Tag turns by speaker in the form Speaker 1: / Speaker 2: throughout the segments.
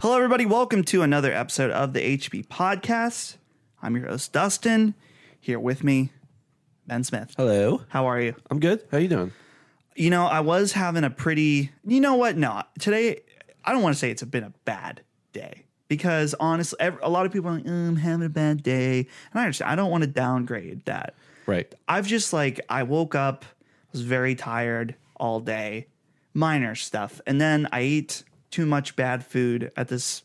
Speaker 1: Hello, everybody. Welcome to another episode of the HB Podcast. I'm your host, Dustin. Here with me, Ben Smith.
Speaker 2: Hello.
Speaker 1: How are you?
Speaker 2: I'm good. How you doing?
Speaker 1: You know, I was having a pretty, you know what? No, today, I don't want to say it's been a bad day because honestly, ev- a lot of people are like, "Oh, I'm having a bad day. And I understand, I don't want to downgrade that.
Speaker 2: Right.
Speaker 1: I've just like I woke up, was very tired all day, minor stuff, and then I ate too much bad food at this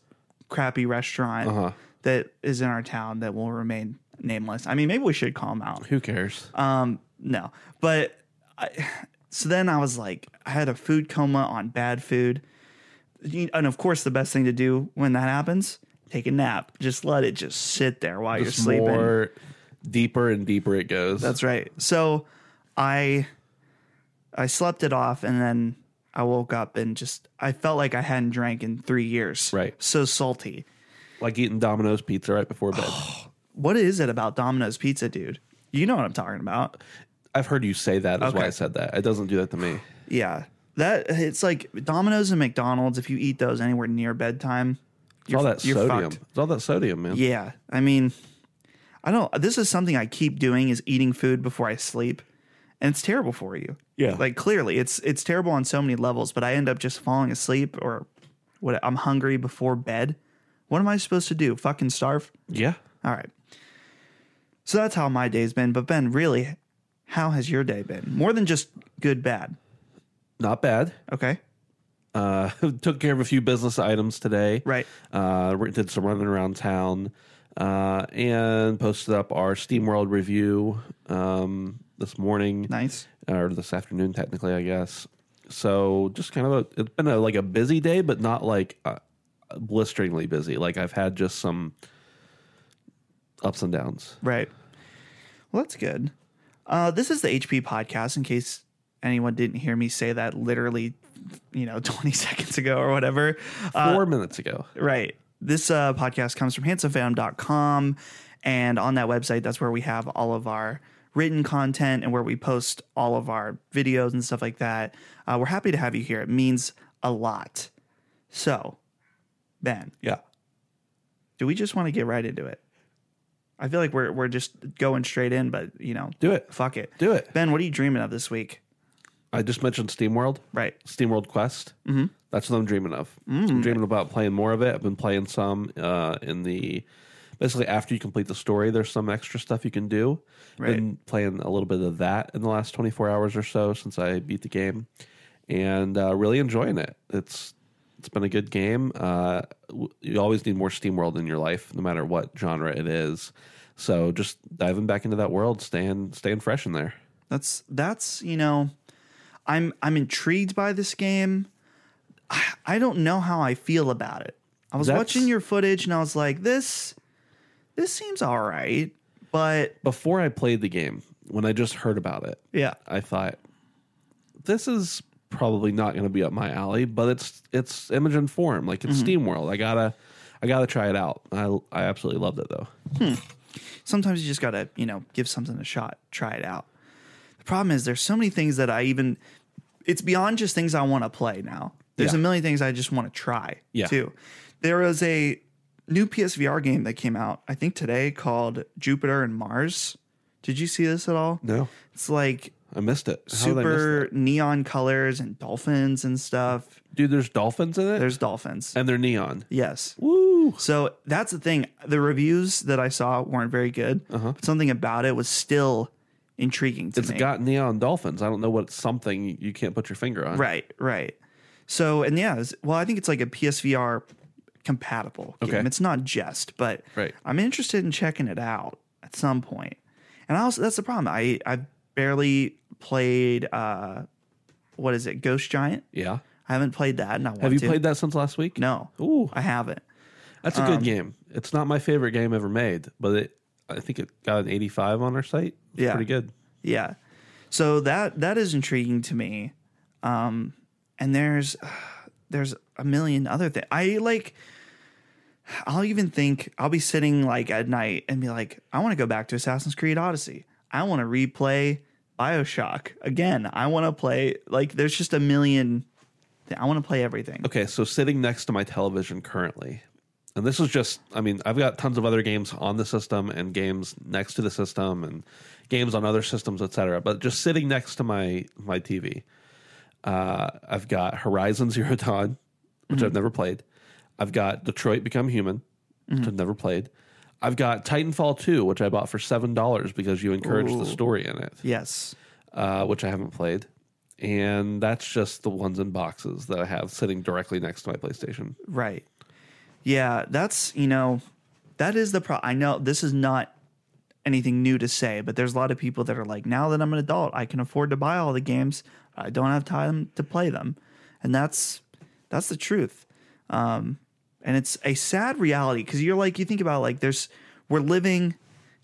Speaker 1: crappy restaurant
Speaker 2: Uh-huh.
Speaker 1: that is in our town that will remain nameless. I mean, maybe we should call them out.
Speaker 2: Who cares?
Speaker 1: Um, no, but I, so then I was like, I had a food coma on bad food, You- and of course, the best thing to do when that happens. Take a nap. Just let it just sit there while
Speaker 2: Just
Speaker 1: you're sleeping.
Speaker 2: More deeper and deeper it goes.
Speaker 1: That's right. So I I slept it off and then I woke up and just I felt like I hadn't drank in 3 years.
Speaker 2: Right.
Speaker 1: So salty.
Speaker 2: like eating Domino's pizza right before bed.
Speaker 1: What is it about Domino's pizza, dude? You know what I'm talking about.
Speaker 2: I've heard you say that. Is why
Speaker 1: Okay.
Speaker 2: I said that. It doesn't do that to me.
Speaker 1: Yeah. That it's like Domino's and McDonald's if you eat those anywhere near bedtime,
Speaker 2: It's all that
Speaker 1: you're
Speaker 2: sodium.
Speaker 1: fucked.
Speaker 2: It's all that sodium, man.
Speaker 1: Yeah. I mean, I don't this is something I keep doing is eating food before I sleep. And it's terrible for you.
Speaker 2: Yeah.
Speaker 1: Like clearly it's it's terrible on so many levels, but I end up just falling asleep or what I'm hungry before bed. What am I supposed to do? Fucking starve?
Speaker 2: Yeah.
Speaker 1: All right. So that's how my day's been. But Ben, really, how has your day been? More than just good, bad.
Speaker 2: Not bad.
Speaker 1: Okay.
Speaker 2: Uh, took care of a few business items today.
Speaker 1: Right.
Speaker 2: Uh, re- did some running around town, uh, and posted up our SteamWorld review um, this morning.
Speaker 1: Nice.
Speaker 2: or this afternoon technically i guess so just kind of a it's been a, like a busy day but not like uh, blisteringly busy like i've had just some ups and downs
Speaker 1: Right. Well, that's good. Uh, this is the HP podcast, in case anyone didn't hear me say that literally, you know, 20 seconds ago or whatever. Uh,
Speaker 2: four minutes ago
Speaker 1: right. This uh, podcast comes from handsomefam.com. And on that website, that's where we have all of our written content and where we post all of our videos and stuff like that. Uh, we're happy to have you here. It means a lot. So, Ben,
Speaker 2: yeah
Speaker 1: do we just want to get right into it? I feel like we're we're just going straight in, but you know,
Speaker 2: do it
Speaker 1: fuck it.
Speaker 2: do it
Speaker 1: Ben, what are you dreaming of this week?
Speaker 2: i just mentioned steamworld
Speaker 1: Right.
Speaker 2: steamworld quest mm-hmm. that's what i'm dreaming of i'm dreaming about playing more of it i've been playing some uh, in the basically after you complete the story there's some extra stuff you can do
Speaker 1: Right.
Speaker 2: been playing a little bit of that in the last 24 hours or so since i beat the game and uh, really enjoying it it's it's been a good game uh, w- you always need more steamworld in your life no matter what genre it is so just diving back into that world staying staying fresh in there
Speaker 1: That's that's you know, I'm I'm intrigued by this game. I, I don't know how I feel about it. I was
Speaker 2: That's-
Speaker 1: watching your footage and I was like, this this seems all right, but
Speaker 2: before i played the game when i just heard about it
Speaker 1: yeah,
Speaker 2: I thought this is probably not going to be up my alley, but it's it's Image and Form, like
Speaker 1: Mm-hmm.
Speaker 2: it's Steam World. I gotta I gotta try it out. I I absolutely loved it though.
Speaker 1: sometimes you just gotta you know give something a shot, try it out. The problem is there's so many things that I even it's beyond just things I want to play now. There's
Speaker 2: Yeah.
Speaker 1: a million things I just want to try
Speaker 2: Yeah.
Speaker 1: too. There was a new PSVR game that came out, I think today, called Jupiter and Mars. Did you see this at all?
Speaker 2: No,
Speaker 1: It's like
Speaker 2: I missed it. How did I miss
Speaker 1: super neon colors and dolphins and stuff.
Speaker 2: that? dude. There's dolphins in it,
Speaker 1: There's dolphins.
Speaker 2: and they're neon.
Speaker 1: Yes.
Speaker 2: Woo!
Speaker 1: So that's the thing. The reviews that I saw weren't very good. But something about it was still intriguing to
Speaker 2: Uh-huh. It's
Speaker 1: me.
Speaker 2: got neon dolphins. I don't know what it's something you can't put your finger on.
Speaker 1: Right, right. So, and yeah, it's- well, I think it's like a PSVR compatible game.
Speaker 2: Okay.
Speaker 1: It's not just, but
Speaker 2: Right.
Speaker 1: I'm interested in checking it out at some point. And I also, that's the problem. I I barely played. uh What is it? Ghost Giant.
Speaker 2: Yeah.
Speaker 1: I haven't played that, and I want
Speaker 2: Have you
Speaker 1: to.
Speaker 2: played that since last week?
Speaker 1: No, Um,
Speaker 2: Ooh,
Speaker 1: I haven't.
Speaker 2: that's a good game. It's not my favorite game ever made, but it I think it got an 85 on our site. It's
Speaker 1: Yeah.
Speaker 2: pretty good.
Speaker 1: Yeah. So that that is intriguing to me. Um and there's there's a million other things. I like I'll even think I'll be sitting like at night and be like, I want to go back to Assassin's Creed Odyssey. I want to replay BioShock again. I want to play like there's just a million everything. I want to play everything.
Speaker 2: Okay, so sitting next to my television currently, and this is just, I mean, I've got tons of other games on the system and games next to the system and games on other systems, etc. But just sitting next to my my TV, uh, I've got Horizon Zero Dawn, which I've never played. I've got Detroit Become Human, which I've never played. I've got Titanfall 2, which I bought for $7 because you encouraged the
Speaker 1: Ooh.
Speaker 2: story in it
Speaker 1: Yes.
Speaker 2: uh, which I haven't played. And that's just the ones in boxes that I have sitting directly next to my PlayStation.
Speaker 1: Right. Yeah, that's, you know, that is the pro I know this is not anything new to say, but there's a lot of people that are like, now that I'm an adult, I can afford to buy all the games. I don't have time to play them. And that's that's the truth. Um and it's a sad reality cuz you're like you think about like there's we're living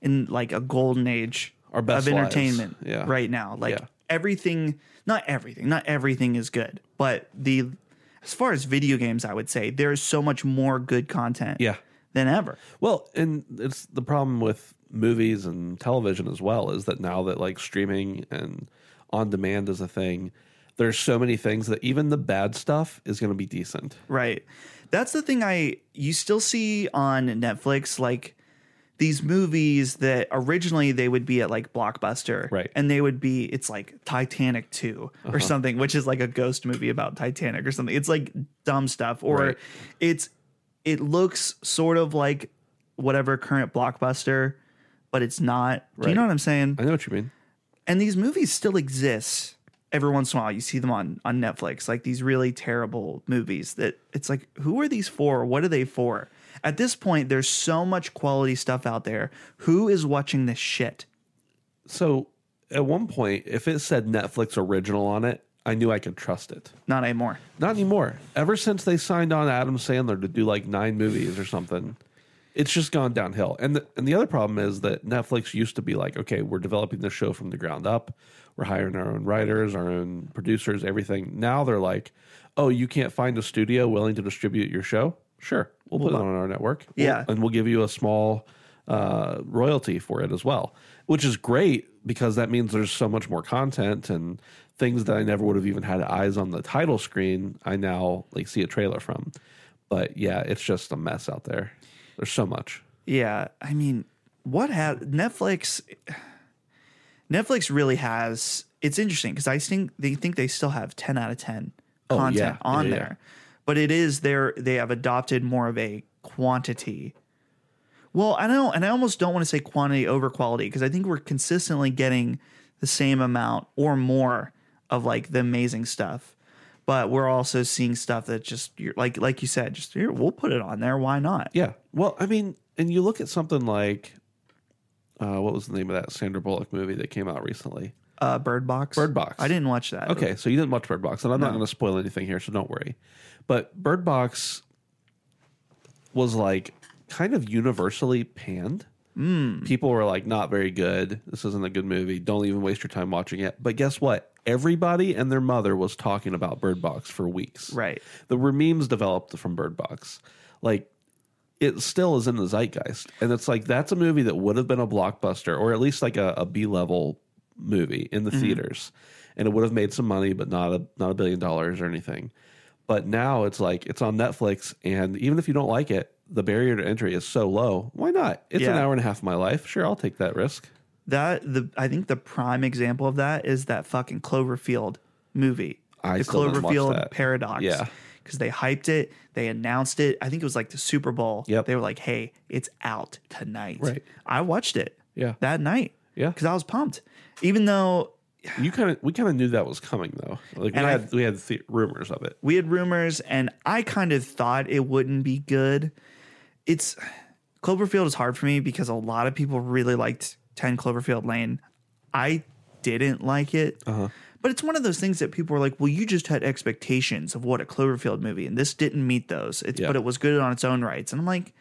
Speaker 1: in like a golden age
Speaker 2: Our best
Speaker 1: of
Speaker 2: lives.
Speaker 1: entertainment
Speaker 2: Yeah.
Speaker 1: right now. Like
Speaker 2: Yeah.
Speaker 1: everything, not everything, not everything is good, but the as far as video games, I would say there is so much more good content
Speaker 2: Yeah.
Speaker 1: than ever.
Speaker 2: Well, and it's the problem with movies and television as well is that now that like streaming and on demand is a thing, there's so many things that even the bad stuff is going to be decent.
Speaker 1: Right. That's the thing I you still see on Netflix like these movies that originally they would be at like Blockbuster.
Speaker 2: Right. Uh-huh.
Speaker 1: And they would be it's like Titanic 2 or something, which is like a ghost movie about Titanic or something. It's like dumb stuff or
Speaker 2: Right.
Speaker 1: it's it looks sort of like whatever current Blockbuster, but it's not. Do you
Speaker 2: Right.
Speaker 1: know what I'm saying?
Speaker 2: I know what you mean.
Speaker 1: and these movies still exist every once in a while you see them on on netflix like these really terrible movies that it's like who are these for what are they for at this point there's so much quality stuff out there who is watching this shit
Speaker 2: So at one point, if it said Netflix original on it, I knew I could trust it.
Speaker 1: not anymore
Speaker 2: Not anymore. Ever since they signed on Adam Sandler to do like nine movies or something, it's just gone downhill. And the, and the other problem is that Netflix used to be like, okay, we're developing the show from the ground up. We're hiring our own writers, our own producers, everything. Now they're like, oh, you can't find a studio willing to distribute your show? Sure, we'll put it on our network. We'll-
Speaker 1: Yeah.
Speaker 2: and we'll give you a small uh, royalty for it as well, which is great because that means there's so much more content and things that I never would have even had eyes on the title screen. I now like see a trailer from, but yeah, it's just a mess out there. There's so much.
Speaker 1: yeah i mean what has netflix netflix really has it's interesting because i think they think they still have 10 out of 10
Speaker 2: Oh, yeah.
Speaker 1: content on
Speaker 2: Yeah, yeah.
Speaker 1: there but it is their they have adopted more of a quantity Well, I don't, and I almost don't want to say quantity over quality because I think we're consistently getting the same amount or more of like the amazing stuff, but we're also seeing stuff that just you're, like like you said, just here we'll put it on there. Why not?
Speaker 2: Yeah. Well, I mean, and you look at something like uh, what was the name of that Sandra Bullock movie that came out recently?
Speaker 1: Uh, Bird Box.
Speaker 2: Bird Box.
Speaker 1: I didn't watch that.
Speaker 2: Okay, so you didn't watch Bird Box, and I'm not going to spoil anything here, so don't worry. But Bird Box was like kind of universally panned. People were like, not very good. This isn't a good movie. Don't even waste your time watching it. But guess what? Everybody and their mother was talking about Bird Box for weeks.
Speaker 1: Right.
Speaker 2: There were memes developed from Bird Box. Like, it still is in the zeitgeist. And it's like, that's a movie that would have been a blockbuster or at least like a, a B level movie in the
Speaker 1: Mm-hmm.
Speaker 2: theaters. And it would have made some money, but not a, not a billion dollars or anything. But now it's like, it's on Netflix. And even if you don't like it, the barrier to entry is so low. Why not? It's an
Speaker 1: Yeah.
Speaker 2: hour and a half of my life. Sure, I'll take that risk.
Speaker 1: That the I think the prime example of that is that fucking Cloverfield movie.
Speaker 2: I
Speaker 1: the
Speaker 2: still didn't watch
Speaker 1: Cloverfield
Speaker 2: that.
Speaker 1: paradox.
Speaker 2: Yeah.
Speaker 1: Because they hyped it, they announced it. I think it was like the Super Bowl.
Speaker 2: Yep.
Speaker 1: They were like, hey, it's out tonight.
Speaker 2: Right.
Speaker 1: I watched it.
Speaker 2: Yeah.
Speaker 1: That night.
Speaker 2: Yeah.
Speaker 1: Because I was pumped. Even though
Speaker 2: You kind of, we kind of knew that was coming though. Like we
Speaker 1: And I-
Speaker 2: had, we had the- rumors of it.
Speaker 1: we had rumors and I kind of thought it wouldn't be good. It's Cloverfield is hard for me because a lot of people really liked 10 Cloverfield Lane. I didn't like it.
Speaker 2: Uh-huh.
Speaker 1: But it's one of those things that people are like, well, you just had expectations of what a Cloverfield movie, and this didn't meet those. It's,
Speaker 2: Yeah.
Speaker 1: But it was good on its own rights. And I'm like,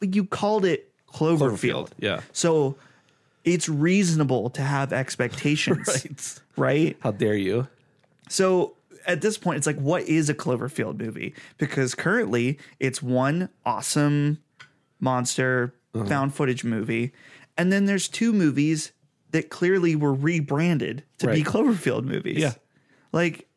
Speaker 1: but you called it Cloverfield.
Speaker 2: Yeah.
Speaker 1: So it's reasonable to have expectations,
Speaker 2: Right.
Speaker 1: right?
Speaker 2: How dare you?
Speaker 1: So at this point, it's like, what is a Cloverfield movie? Because currently, it's one awesome monster
Speaker 2: Uh-huh.
Speaker 1: found footage movie, and then there's two movies that clearly were rebranded to be
Speaker 2: Right.
Speaker 1: Cloverfield movies.
Speaker 2: Yeah.
Speaker 1: like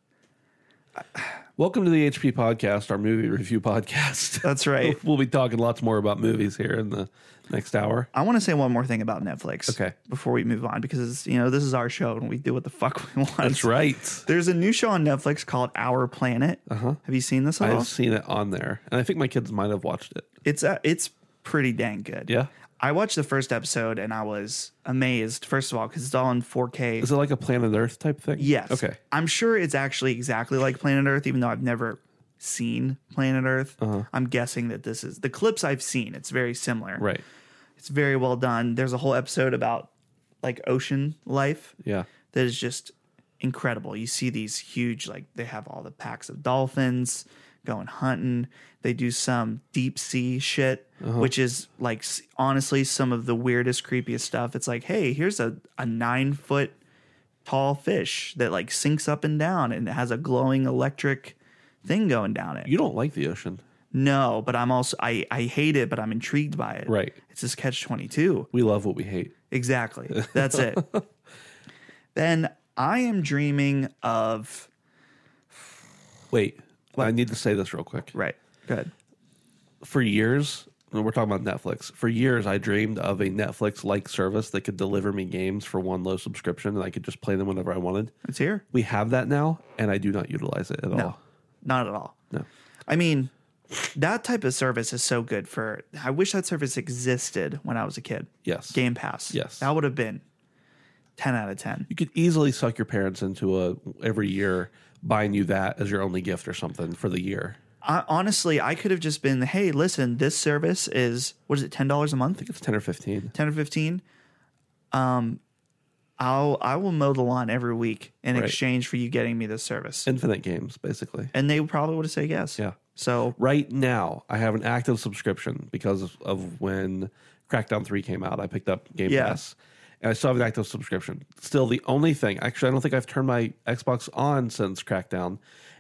Speaker 2: Welcome to the HP Podcast, our movie review podcast.
Speaker 1: That's right.
Speaker 2: we'll be talking lots more about movies here in the next hour.
Speaker 1: I want to say one more thing about Netflix.
Speaker 2: Okay.
Speaker 1: Before we move on, because you know this is our show and we do what the fuck we want.
Speaker 2: That's right.
Speaker 1: There's a new show on Netflix called Our Planet. Uh-huh. Have you seen this at all?
Speaker 2: I've seen it on there, and I think my kids might have watched it.
Speaker 1: It's uh, it's pretty dang good.
Speaker 2: Yeah.
Speaker 1: I watched the first episode and I was amazed. First of all, because it's all in 4K.
Speaker 2: Is it like a Planet Earth type thing?
Speaker 1: yes.
Speaker 2: Okay.
Speaker 1: I'm sure it's actually exactly like Planet Earth, even though I've never seen Planet Earth.
Speaker 2: Uh-huh.
Speaker 1: I'm guessing that this is the clips I've seen. It's very similar.
Speaker 2: Right.
Speaker 1: It's very well done. There's a whole episode about like ocean life
Speaker 2: Yeah.
Speaker 1: that is just incredible. You see these huge, like they have all the packs of dolphins going hunting. They do some deep sea shit,
Speaker 2: Uh-huh.
Speaker 1: which is like s- honestly some of the weirdest, creepiest stuff. It's like, hey, here's a, a nine foot tall fish that like sinks up and down and it has a glowing electric thing going down it.
Speaker 2: You don't like the ocean.
Speaker 1: No, but I'm also I I hate it, but I'm intrigued by it.
Speaker 2: Right.
Speaker 1: It's this catch twenty two.
Speaker 2: We love what we hate.
Speaker 1: Exactly. That's it. then I am dreaming of
Speaker 2: Wait, I need to say this real quick.
Speaker 1: right. Good.
Speaker 2: For years, and we're talking about Netflix. For years, I dreamed of a Netflix like service that could deliver me games for one low subscription and I could just play them whenever I wanted.
Speaker 1: It's here.
Speaker 2: We have that now, and I do not utilize it at all.
Speaker 1: Not at all.
Speaker 2: No.
Speaker 1: I mean, that type of service is so good for. I wish that service existed when I was a kid.
Speaker 2: Yes.
Speaker 1: Game Pass.
Speaker 2: Yes.
Speaker 1: That would have been ten out of ten.
Speaker 2: You could easily suck your parents into a every year buying you that as your only gift or something for the year.
Speaker 1: I, honestly, I could have just been, hey, listen, this service is what is it, ten dollars a month?
Speaker 2: It's ten or fifteen.
Speaker 1: 10 or 15 um i'll i will mow the lawn every week in
Speaker 2: Right.
Speaker 1: exchange for you getting me this service and,
Speaker 2: Infinite games, basically.
Speaker 1: they probably would have said yes
Speaker 2: Yeah.
Speaker 1: so
Speaker 2: Right now, I have an active subscription because of, of when Crackdown 3 came out. I picked up Game
Speaker 1: Yeah.
Speaker 2: Pass. And I still have an active subscription. Still, the only thing, actually, I don't think I've turned my Xbox on since Crackdown.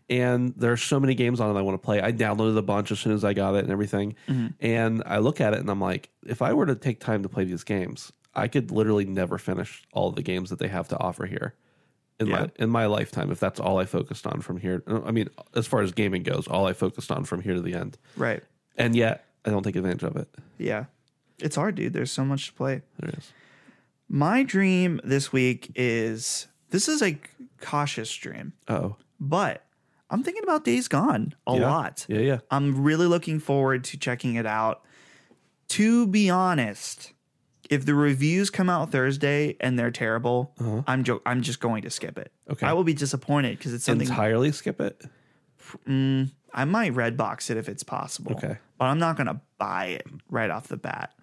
Speaker 2: And there are so many games on it I want to play. I downloaded a bunch as soon as I got it and everything. And I look at it and I'm like, if I were to take time to play these games, I could literally never finish all the games that they have to offer here in
Speaker 1: Yeah.
Speaker 2: my in my lifetime if that's all I focused on from here. uh, I mean, as far as gaming goes, all I focused on from here to the end.
Speaker 1: right
Speaker 2: And yet, I don't take advantage of it.
Speaker 1: yeah it's hard dude there's so much to play
Speaker 2: There it is.
Speaker 1: my dream this week is this is a cautious dream
Speaker 2: Oh,
Speaker 1: but i'm thinking about days gone a lot
Speaker 2: Yeah, yeah.
Speaker 1: I'm really looking forward to checking it out. To be honest, if the reviews come out Thursday and they're terrible, I'm jo- I'm just going to skip it.
Speaker 2: Uh-huh. Okay.
Speaker 1: I will be disappointed because it's something
Speaker 2: Entirely skip it.
Speaker 1: I might red box it if it's possible.
Speaker 2: Okay.
Speaker 1: But I'm not going to buy it right off the bat.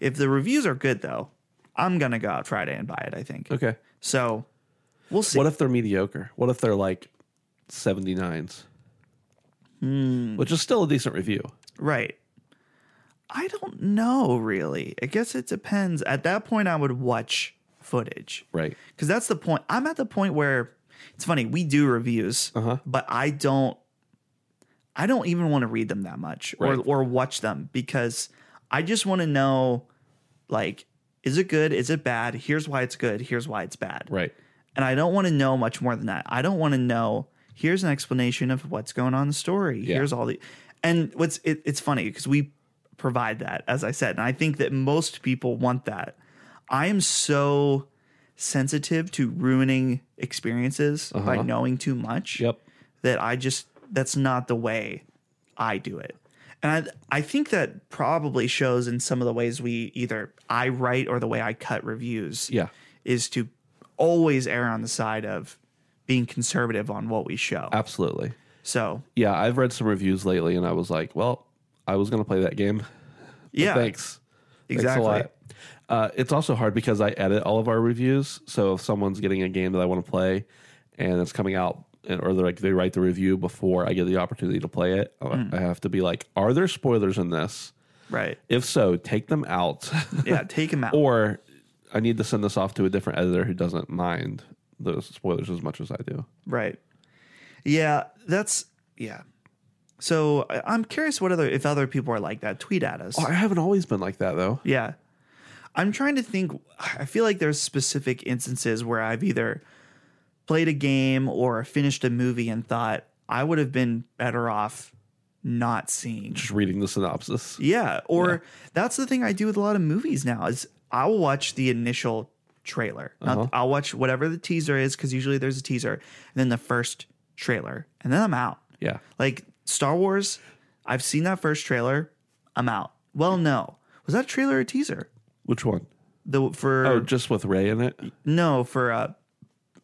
Speaker 1: If the reviews are good though, I'm going to go out Friday and buy it, I think.
Speaker 2: Okay.
Speaker 1: So, we'll see.
Speaker 2: What if they're mediocre? What if they're like 79s?
Speaker 1: Hmm.
Speaker 2: Which is still a decent review.
Speaker 1: Right. I don't know really. I guess it depends. At that point, I would watch footage
Speaker 2: Right.
Speaker 1: because that's the point. I'm at the point where it's funny. We do reviews,
Speaker 2: Uh-huh.
Speaker 1: but I don't. I don't even want to read them that much or
Speaker 2: Right.
Speaker 1: or watch them because I just want to know, like, is it good? Is it bad? Here's why it's good. Here's why it's bad.
Speaker 2: Right.
Speaker 1: And I don't want to know much more than that. I don't want to know. Here's an explanation of what's going on in the story.
Speaker 2: Yeah.
Speaker 1: Here's all the, and what's it, it's funny because we provide that as I said, and I think that most people want that. I am so sensitive to ruining experiences
Speaker 2: Uh-huh.
Speaker 1: by knowing too much
Speaker 2: Yep.
Speaker 1: that I just that's not the way I do it. And I I think that probably shows in some of the ways we either I write or the way I cut reviews
Speaker 2: Yeah.
Speaker 1: is to always err on the side of being conservative on what we show.
Speaker 2: Absolutely.
Speaker 1: So
Speaker 2: Yeah, I've read some reviews lately and I was like, well, I was going to play that game.
Speaker 1: yeah,
Speaker 2: Thanks.
Speaker 1: exactly.
Speaker 2: Thanks a lot. Uh, it's also hard because I edit all of our reviews. So if someone's getting a game that I want to play and it's coming out, and, or they're like they write the review before I get the opportunity to play it, uh, I have to be like, are there spoilers in this?
Speaker 1: Right.
Speaker 2: If so, take them out,
Speaker 1: Yeah, take him out.
Speaker 2: or I need to send this off to a different editor who doesn't mind those spoilers as much as I do.
Speaker 1: Right. Yeah, that's yeah. So I- I'm curious what other if other people are like that, tweet at us.
Speaker 2: Oh, I haven't always been like that though.
Speaker 1: Yeah. I'm trying to think. I feel like there's specific instances where I've either played a game or finished a movie and thought, I would have been better off not seeing.
Speaker 2: Just reading the synopsis.
Speaker 1: Yeah, or that's the thing I do with a lot of movies now is I'll watch the initial trailer. Not-
Speaker 2: Uh-huh.
Speaker 1: I'll watch whatever the teaser is because usually there's a teaser, and then the first trailer, and then I'm out.
Speaker 2: Yeah.
Speaker 1: Like Star Wars, I've seen that first trailer. I'm out. Well, no, was that a trailer or teaser?
Speaker 2: Which one?
Speaker 1: The for
Speaker 2: Oh, just with Ray in it.
Speaker 1: no for uh,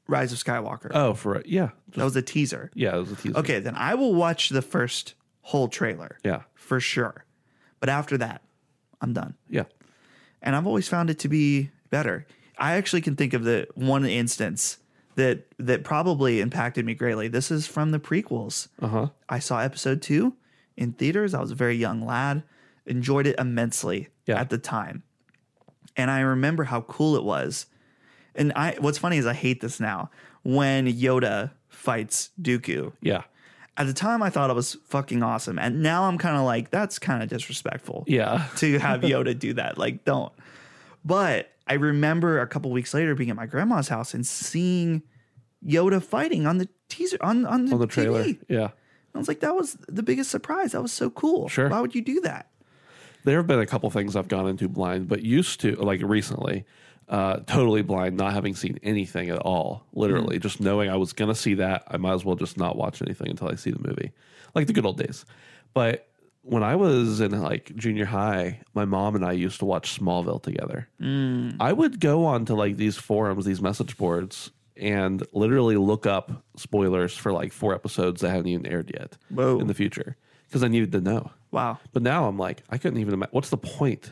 Speaker 1: Rise of Skywalker.
Speaker 2: Oh, for Rey. yeah,
Speaker 1: that was a teaser.
Speaker 2: yeah. It was a teaser.
Speaker 1: Okay, then I will watch the first whole trailer
Speaker 2: Yeah,
Speaker 1: for sure. But after that, I'm done.
Speaker 2: yeah.
Speaker 1: and I've always found it to be better. I actually can think of the one instance that that probably impacted me greatly. This is from the prequels.
Speaker 2: Uh huh.
Speaker 1: I saw episode two in theaters. I was a very young lad, enjoyed it immensely
Speaker 2: Yeah.
Speaker 1: at the time, and I remember how cool it was. And I, what's funny is I hate this now when Yoda fights Dooku.
Speaker 2: Yeah,
Speaker 1: At the time, I thought it was fucking awesome, and now I'm kind of like, that's kind of disrespectful
Speaker 2: yeah.
Speaker 1: to have Yoda do that. Like, don't. But I remember a couple weeks later being at my grandma's house and seeing Yoda fighting on the teaser on on the,
Speaker 2: On the trailer.
Speaker 1: TV.
Speaker 2: Yeah.
Speaker 1: I was like, that was the biggest surprise. That was so cool.
Speaker 2: Sure.
Speaker 1: Why would you do that?
Speaker 2: There have been a couple things I've gone into blind, but used to like recently, uh, totally blind, not having seen anything at all. Literally, just knowing I was gonna see that, I might as well just not watch anything until I see the movie, like the good old days. But when I was in like junior high, my mom and I used to watch Smallville together. I would go on to like these forums, these message boards, and literally look up spoilers for like four episodes that haven't even aired yet
Speaker 1: Whoa.
Speaker 2: in the future because I needed to know.
Speaker 1: Wow.
Speaker 2: But now I'm like, I couldn't even imagine. What's the point?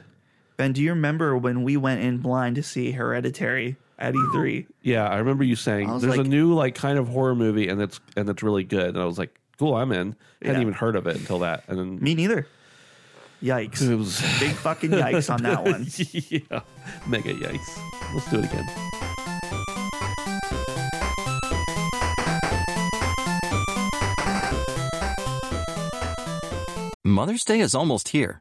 Speaker 1: Ben, do you remember when we went in blind to see Hereditary at E E3?
Speaker 2: Yeah, I remember you saying
Speaker 1: was
Speaker 2: there's a
Speaker 1: like-
Speaker 2: new like kind of horror movie and it's and it's really good. And I was like, cool, I'm in. Hadn't
Speaker 1: Yeah.
Speaker 2: even heard of it until that. And then
Speaker 1: Me neither. Yikes.
Speaker 2: it was
Speaker 1: Big fucking yikes on that one.
Speaker 2: yeah, mega yikes. Let's do it again.
Speaker 3: Mother's Day is almost here,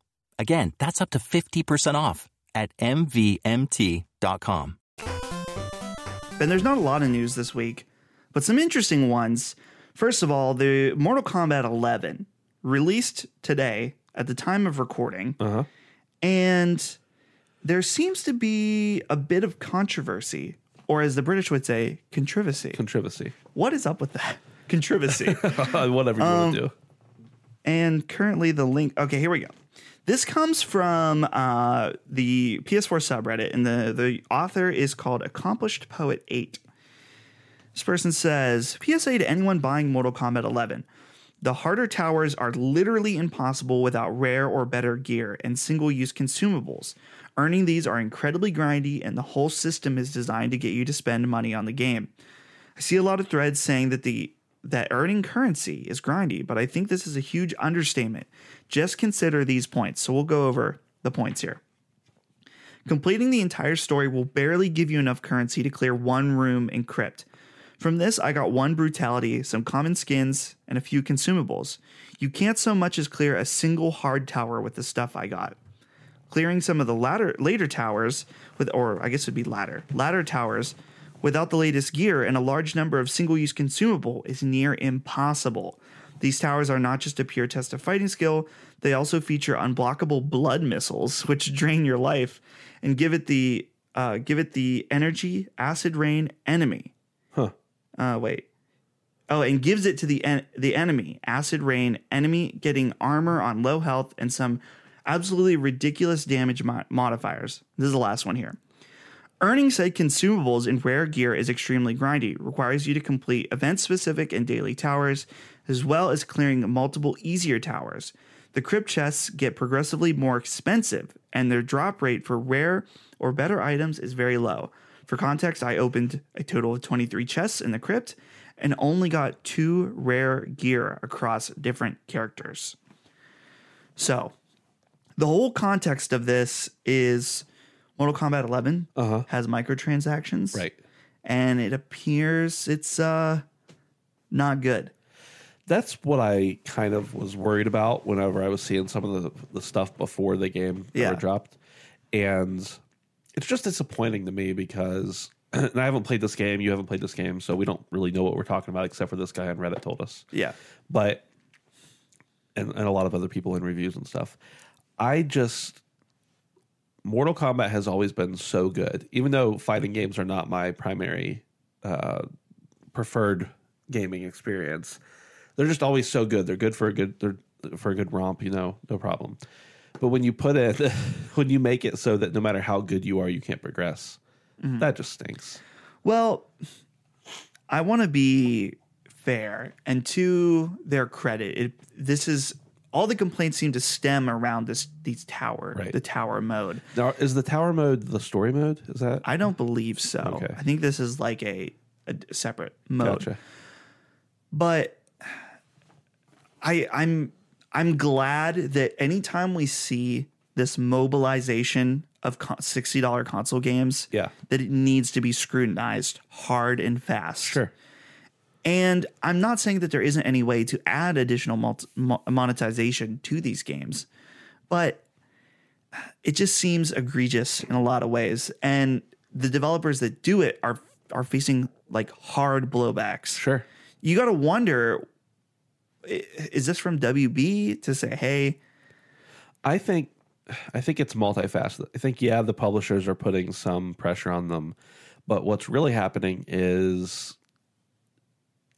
Speaker 3: Again, that's up to 50% off at MVMT.com.
Speaker 1: Ben, there's not a lot of news this week, but some interesting ones. First of all, the Mortal Kombat 11 released today at the time of recording,
Speaker 2: Uh huh.
Speaker 1: and there seems to be a bit of controversy, or as the British would say, controversy.
Speaker 2: Controversy.
Speaker 1: What is up with that? Controversy.
Speaker 2: Whatever you
Speaker 1: Um,
Speaker 2: want to do.
Speaker 1: and currently the link. Okay, here we go. This comes from uh, the PS4 subreddit, and the, the author is called Accomplished Poet 8. This person says PSA to anyone buying Mortal Kombat 11. The harder towers are literally impossible without rare or better gear and single use consumables. Earning these are incredibly grindy, and the whole system is designed to get you to spend money on the game. I see a lot of threads saying that the that earning currency is grindy, but I think this is a huge understatement. Just consider these points. So we'll go over the points here. Completing the entire story will barely give you enough currency to clear one room in Crypt. From this, I got one brutality, some common skins, and a few consumables. You can't so much as clear a single hard tower with the stuff I got clearing some of the latter later towers with or I guess it'd be ladder ladder towers without the latest gear and a large number of single-use consumable is near impossible. These towers are not just a pure test of fighting skill, they also feature unblockable blood missiles which drain your life and give it the uh, give it the energy acid rain enemy.
Speaker 2: Huh.
Speaker 1: Uh, wait. Oh, and gives it to the en- the enemy. Acid rain enemy getting armor on low health and some absolutely ridiculous damage mo- modifiers. This is the last one here. Earning said consumables in rare gear is extremely grindy, requires you to complete event specific and daily towers, as well as clearing multiple easier towers. The crypt chests get progressively more expensive, and their drop rate for rare or better items is very low. For context, I opened a total of 23 chests in the crypt and only got two rare gear across different characters. So, the whole context of this is Mortal Kombat 11
Speaker 2: Uh-huh.
Speaker 1: has microtransactions,
Speaker 2: Right.
Speaker 1: And it appears it's uh not good.
Speaker 2: That's what I kind of was worried about whenever I was seeing some of the, the stuff before the game
Speaker 1: Yeah.
Speaker 2: ever dropped. And it's just disappointing to me because and I haven't played this game, you haven't played this game, so we don't really know what we're talking about except for this guy on Reddit told us.
Speaker 1: Yeah,
Speaker 2: but and, and a lot of other people in reviews and stuff. I just Mortal Kombat has always been so good, even though fighting games are not my primary uh, preferred gaming experience. They're just always so good. They're good for a good they're for a good romp, you know, no problem. But when you put it, when you make it so that no matter how good you are, you can't progress, that just stinks.
Speaker 1: Well, I want to be fair, and to their credit, it, this is all the complaints seem to stem around this these tower
Speaker 2: Right.
Speaker 1: the tower mode.
Speaker 2: Now, is the tower mode the story mode? Is that
Speaker 1: I don't believe so.
Speaker 2: Okay.
Speaker 1: I think this is like a, a d- separate mode.
Speaker 2: gotcha?
Speaker 1: But I I'm I'm glad that anytime we see this mobilization of con- $60 console games
Speaker 2: Yeah,
Speaker 1: that it needs to be scrutinized hard and fast.
Speaker 2: sure.
Speaker 1: And I'm not saying that there isn't any way to add additional multi- mo- monetization to these games, but it just seems egregious in a lot of ways. And the developers that do it are are facing like hard blowbacks.
Speaker 2: Sure.
Speaker 1: You got to wonder i- is this from WB to say, "Hey,
Speaker 2: I think I think it's multifaceted. I think yeah, the publishers are putting some pressure on them, but what's really happening is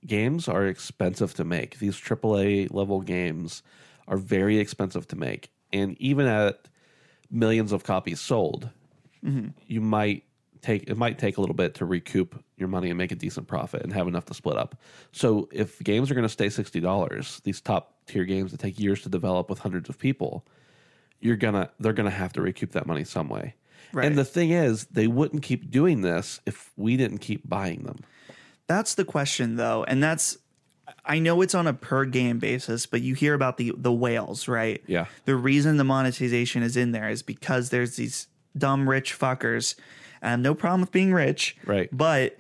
Speaker 2: games are expensive to make. These AAA level games are very expensive to make, and even at millions of copies sold,
Speaker 1: Mm-hmm.
Speaker 2: you might take it might take a little bit to recoup your money and make a decent profit and have enough to split up. So if games are going to stay sixty dollars, these top tier games that take years to develop with hundreds of people, you're gonna they're gonna have to recoup that money some way.
Speaker 1: Right.
Speaker 2: And the thing is, they wouldn't keep doing this if we didn't keep buying them.
Speaker 1: That's the question, though, and that's I know it's on a per game basis, but you hear about the the whales, right?
Speaker 2: Yeah.
Speaker 1: The reason the monetization is in there is because there's these dumb rich fuckers. And I have no problem with being rich,
Speaker 2: Right.
Speaker 1: But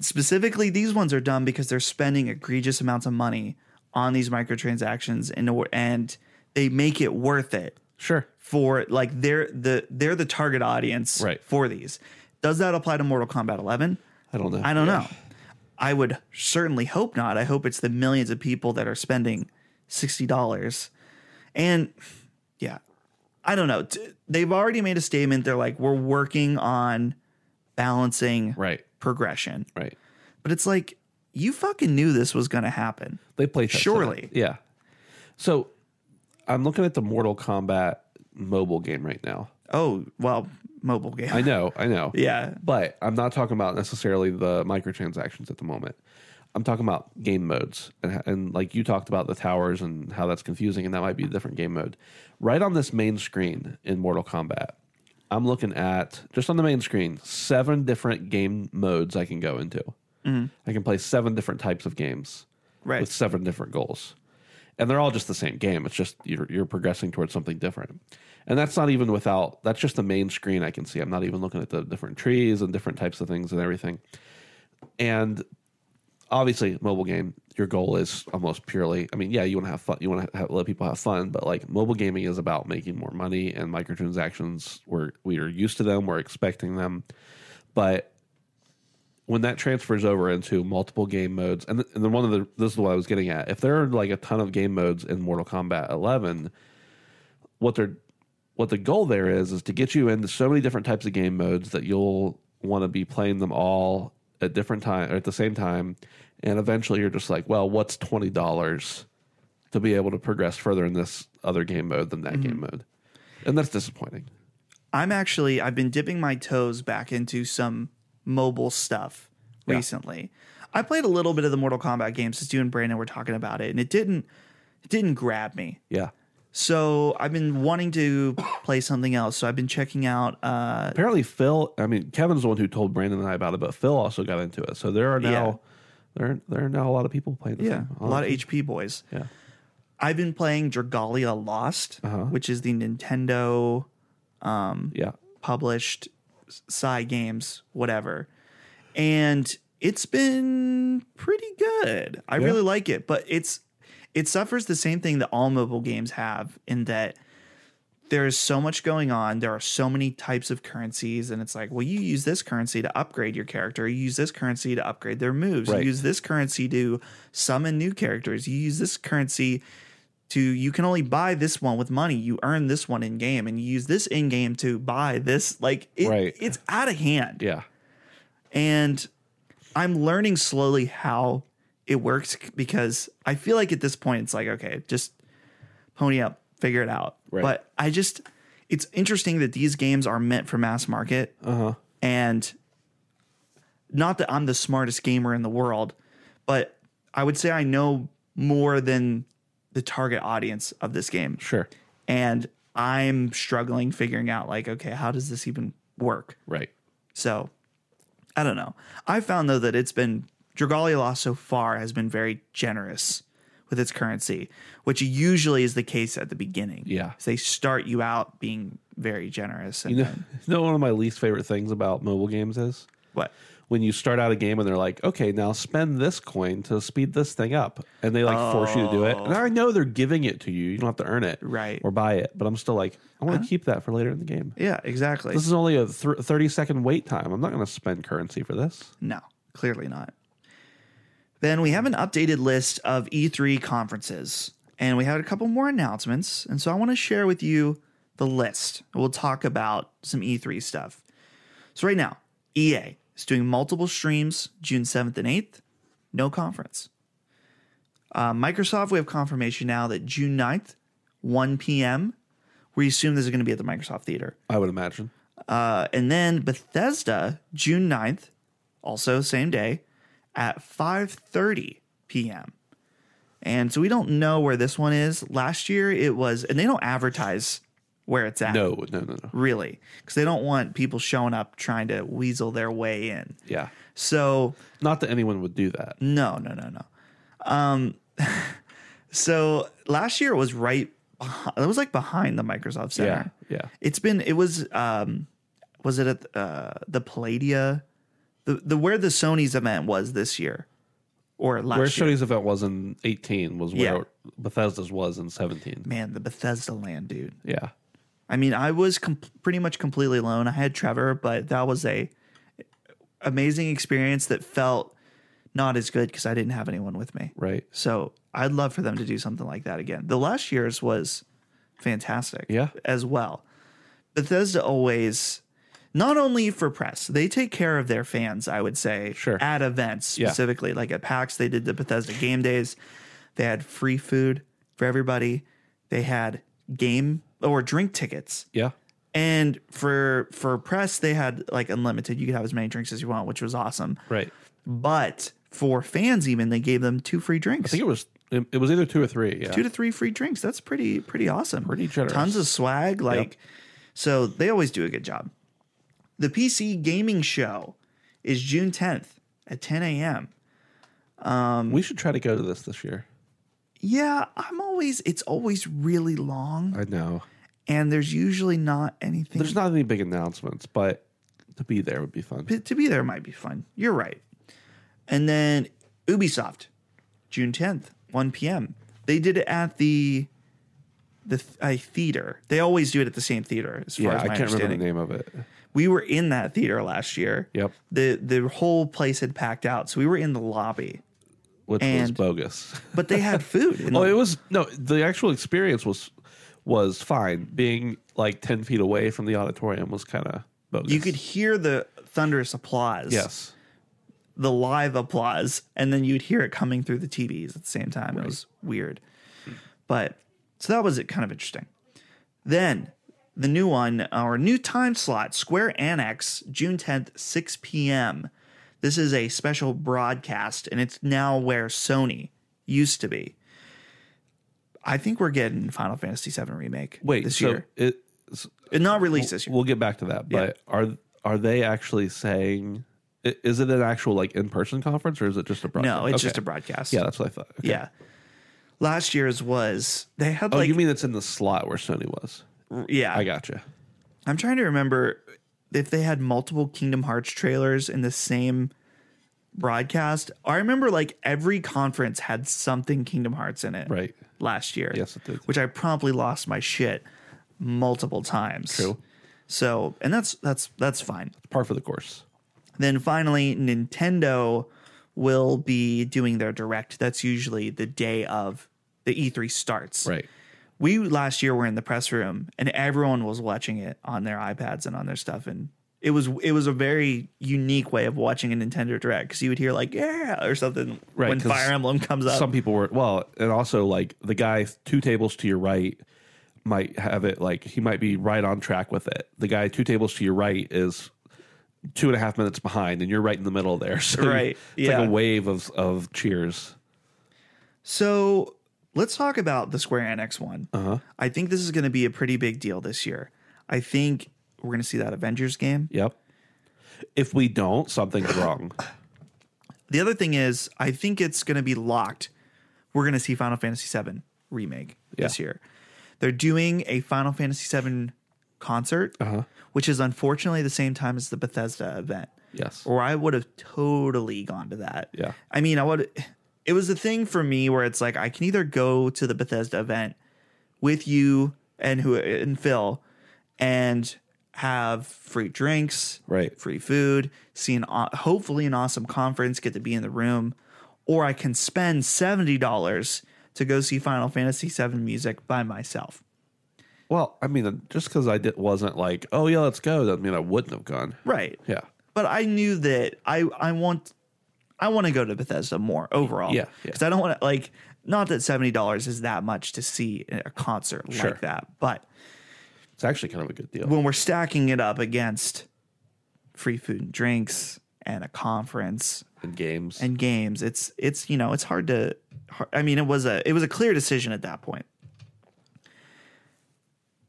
Speaker 1: specifically, these ones are dumb because they're spending egregious amounts of money on these microtransactions, and or- and they make it worth it
Speaker 2: Sure.
Speaker 1: for like they're the they're the target audience
Speaker 2: Right.
Speaker 1: for these. Does that apply to Mortal Kombat 11?
Speaker 2: I don't know.
Speaker 1: I don't know. I would certainly hope not. I hope it's the millions of people that are spending sixty dollars, and yeah, I don't know. T- They've already made a statement. They're like, we're working on balancing
Speaker 2: Right.
Speaker 1: progression,
Speaker 2: Right.
Speaker 1: but it's like you fucking knew this was going to happen.
Speaker 2: They play tested it.
Speaker 1: Surely.
Speaker 2: Yeah. So I'm looking at the Mortal Kombat mobile game right now.
Speaker 1: Oh well, mobile game.
Speaker 2: I know, I know.
Speaker 1: yeah,
Speaker 2: But I'm not talking about necessarily the microtransactions at the moment. I'm talking about game modes. And, and like you talked about the towers and how that's confusing, and that might be a different game mode. Right on this main screen in Mortal Kombat, I'm looking at just on the main screen, seven different game modes I can go into.
Speaker 1: Mm-hmm.
Speaker 2: I can play seven different types of games
Speaker 1: right.
Speaker 2: with seven different goals. And they're all just the same game. It's just you're, you're progressing towards something different. And that's not even without, that's just the main screen I can see. I'm not even looking at the different trees and different types of things and everything. And obviously, mobile game, your goal is almost purely, I mean, yeah, you want to have fun, you want to have, let people have fun, but like mobile gaming is about making more money and microtransactions, we're, we are used to them, we're expecting them. But when that transfers over into multiple game modes, and, th- and then one of the this is what I was getting at. If there are like a ton of game modes in Mortal Kombat 11, what they're what the goal there is is to get you into so many different types of game modes that you'll want to be playing them all at different time or at the same time, and eventually you're just like, well, what's twenty dollars to be able to progress further in this other game mode than that game mode? and that's disappointing.
Speaker 1: I'm actually I've been dipping my toes back into some mobile stuff
Speaker 2: Yeah.
Speaker 1: recently. I played a little bit of the Mortal Kombat games since you and Brandon were talking about it, and it didn't it didn't grab me.
Speaker 2: Yeah.
Speaker 1: So I've been wanting to play something else. So I've been checking out. Uh,
Speaker 2: Apparently, Phil. I mean, Kevin's the one who told Brandon and I about it, but Phil also got into it. So there are now
Speaker 1: Yeah.
Speaker 2: there there are now a lot of people playing. This
Speaker 1: yeah,
Speaker 2: thing.
Speaker 1: a lot of HP boys.
Speaker 2: Yeah. Uh-huh.
Speaker 1: I've been playing Dragalia Lost, which is the Nintendo
Speaker 2: Yeah.
Speaker 1: published Psy games, whatever. And it's been pretty good. I really like it, but it's it suffers the same thing that all mobile games have in that there is so much going on. There are so many types of currencies, and it's like, well, you use this currency to upgrade your character. You use this currency to upgrade their moves.
Speaker 2: Right.
Speaker 1: You use this currency to summon new characters. You use this currency to you can only buy this one with money. You earn this one in game, and you use this in game to buy this. Like, it,
Speaker 2: Right.
Speaker 1: it's out of hand,
Speaker 2: Yeah.
Speaker 1: and I'm learning slowly how it works because I feel like at this point it's like, okay, just pony up, figure it out.
Speaker 2: Right.
Speaker 1: But I just, it's interesting that these games are meant for mass market. And not that I'm the smartest gamer in the world, but I would say I know more than the target audience of this game.
Speaker 2: Sure.
Speaker 1: And I'm struggling figuring out, like, okay, how does this even work?
Speaker 2: Right.
Speaker 1: So I don't know. I found though that it's been Dragalia Lost so far has been very generous with its currency, which usually is the case at the beginning.
Speaker 2: Yeah.
Speaker 1: So they start you out being very generous and
Speaker 2: You know,
Speaker 1: then-
Speaker 2: you know, one of my least favorite things about mobile games is
Speaker 1: what?
Speaker 2: when you start out a game and they're like, okay, now spend this coin to speed this thing up. And they like force you to do it. And I know they're giving it to you. You don't have to earn it
Speaker 1: Right.
Speaker 2: or buy it. But I'm still like, I want to keep that for later in the game.
Speaker 1: Yeah, exactly.
Speaker 2: This is only a th- 30 second wait time. I'm not going to spend currency for this.
Speaker 1: No, clearly not. Then we have an updated list of E3 conferences, and we had a couple more announcements. And so I want to share with you the list. We'll talk about some E3 stuff. So, right now, EA is doing multiple streams June 7th and 8th, no conference. Uh, Microsoft, we have confirmation now that June 9th, 1 p.m., we assume this is going to be at the Microsoft Theater.
Speaker 2: I would imagine.
Speaker 1: Uh, and then Bethesda, June 9th, also same day, at 5.30 p.m. And so we don't know where this one is. Last year it was, and they don't advertise where it's at,
Speaker 2: No, no, no, no.
Speaker 1: really, because they don't want people showing up trying to weasel their way in.
Speaker 2: Yeah.
Speaker 1: So
Speaker 2: Not that anyone would do that.
Speaker 1: no, no, no, no. Um, so last year it was right, behind, it was like behind the Microsoft Center.
Speaker 2: Yeah. Yeah.
Speaker 1: It's been it was um was it at uh the Palladia the the where the Sony's event was this year or last
Speaker 2: Where
Speaker 1: year.
Speaker 2: Sony's event was in 18 was where
Speaker 1: Yeah.
Speaker 2: Bethesda's was in 17.
Speaker 1: Man, the Bethesda land, dude.
Speaker 2: Yeah.
Speaker 1: I mean, I was com- pretty much completely alone. I had Trevor, but that was a amazing experience that felt not as good because I didn't have anyone with me.
Speaker 2: Right.
Speaker 1: So I'd love for them to do something like that again. The last year's was fantastic.
Speaker 2: Yeah.
Speaker 1: As well. Bethesda always not only for press, they take care of their fans, I would say.
Speaker 2: Sure.
Speaker 1: At events
Speaker 2: Yeah.
Speaker 1: specifically. Like at PAX, they did the Bethesda game days. They had free food for everybody. They had game or drink tickets.
Speaker 2: Yeah.
Speaker 1: And for for press, they had like unlimited. You could have as many drinks as you want, which was awesome.
Speaker 2: Right.
Speaker 1: But for fans, even they gave them two free drinks.
Speaker 2: I think it was it, it was either two or three. Yeah.
Speaker 1: two to three free drinks. That's pretty pretty awesome.
Speaker 2: Pretty generous.
Speaker 1: Tons of swag. Like so, they always do a good job. The PC gaming show is June 10th at 10 a.m.
Speaker 2: we should try to go to this this year.
Speaker 1: Yeah, I'm always. It's always really long,
Speaker 2: I know.
Speaker 1: and there's usually not anything.
Speaker 2: There's not any big announcements, but to be there would be fun.
Speaker 1: P- to be there might be fun. You're right. And then Ubisoft, June 10th, 1 p.m. They did it at the the th- a theater. They always do it at the same theater. As far
Speaker 2: Yeah,
Speaker 1: as
Speaker 2: I
Speaker 1: my
Speaker 2: can't remember the
Speaker 1: understanding.
Speaker 2: name of it.
Speaker 1: we were in that theater last year.
Speaker 2: Yep.
Speaker 1: The the whole place had packed out, so we were in the lobby.
Speaker 2: Which was
Speaker 1: And- Oh,
Speaker 2: bogus.
Speaker 1: But they had food. in
Speaker 2: oh,
Speaker 1: the-
Speaker 2: it was no. The actual experience was was fine. Being like ten feet away from the auditorium was kind of bogus.
Speaker 1: you could hear the thunderous applause,
Speaker 2: yes,
Speaker 1: the live applause, and then you'd hear it coming through the TVs at the same time. It was weird. But so that was it kind of interesting. Then the new one, our new time slot, Square Annex, June 10th, 6 p.m. This is a special broadcast, and it's now where Sony used to be. I think we're getting Final Fantasy VII Remake
Speaker 2: Wait,
Speaker 1: this
Speaker 2: so
Speaker 1: year.
Speaker 2: it
Speaker 1: Not released this year.
Speaker 2: we'll get back to that. But are are they actually saying? i- Is it an actual like in person conference or is it just a broadcast?
Speaker 1: No, it's
Speaker 2: Okay.
Speaker 1: just a broadcast.
Speaker 2: Yeah, that's what I thought. Okay.
Speaker 1: Yeah. Last year's was they had
Speaker 2: Oh,
Speaker 1: like
Speaker 2: you mean it's in the slot where Sony was?
Speaker 1: yeah.
Speaker 2: I gotcha.
Speaker 1: I'm trying to remember if they had multiple Kingdom Hearts trailers in the same broadcast. I remember like every conference had something Kingdom Hearts in it
Speaker 2: Right.
Speaker 1: last year.
Speaker 2: Yes, it did.
Speaker 1: Which I promptly lost my shit multiple times.
Speaker 2: True.
Speaker 1: So, and that's that's that's fine.
Speaker 2: Par for the course.
Speaker 1: Then finally, Nintendo will be doing their direct. That's usually the day of the E3 starts.
Speaker 2: Right.
Speaker 1: We last year were in the press room and everyone was watching it on their iPads and on their stuff and it was it was a very unique way of watching a Nintendo direct cuz you would hear like yeah or something
Speaker 2: Right,
Speaker 1: when
Speaker 2: 'cause
Speaker 1: Fire Emblem comes up.
Speaker 2: Some people were well, and also like the guy two tables to your right might have it like he might be right on track with it. The guy two tables to your right is two and a half minutes behind, and you're right in the middle there. So
Speaker 1: Right,
Speaker 2: it's
Speaker 1: yeah.
Speaker 2: like a wave of of cheers.
Speaker 1: So let's talk about the Square Enix one.
Speaker 2: Uh-huh.
Speaker 1: I think this is going to be a pretty big deal this year. I think we're going to see that Avengers game.
Speaker 2: Yep. If we don't, something's wrong.
Speaker 1: The other thing is, I think it's going to be locked. We're going to see Final Fantasy VII remake this year. They're doing a Final Fantasy VII concert, which is unfortunately the same time as the Bethesda event.
Speaker 2: Yes.
Speaker 1: Or I would have totally gone to that.
Speaker 2: Yeah.
Speaker 1: I mean, I would. It was a thing for me where it's like I can either go to the Bethesda event with you and who and Phil and have free drinks,
Speaker 2: Right.
Speaker 1: Free food, see an au- hopefully an awesome conference, get to be in the room, or I can spend seventy dollars to go see Final Fantasy VII music by myself.
Speaker 2: Well, I mean, just because I did, wasn't like, oh yeah, let's go, doesn't mean I wouldn't have gone.
Speaker 1: Right.
Speaker 2: Yeah.
Speaker 1: But I knew that I I want I want to go to Bethesda more overall.
Speaker 2: Yeah, yeah.
Speaker 1: Because I don't want to like not that seventy dollars is that much to see a concert
Speaker 2: Sure.
Speaker 1: like that, but
Speaker 2: It's actually kind of a good deal.
Speaker 1: when we're stacking it up against free food and drinks and a conference
Speaker 2: and games.
Speaker 1: and games, it's it's you know it's hard to. har- I mean, it was a it was a clear decision at that point.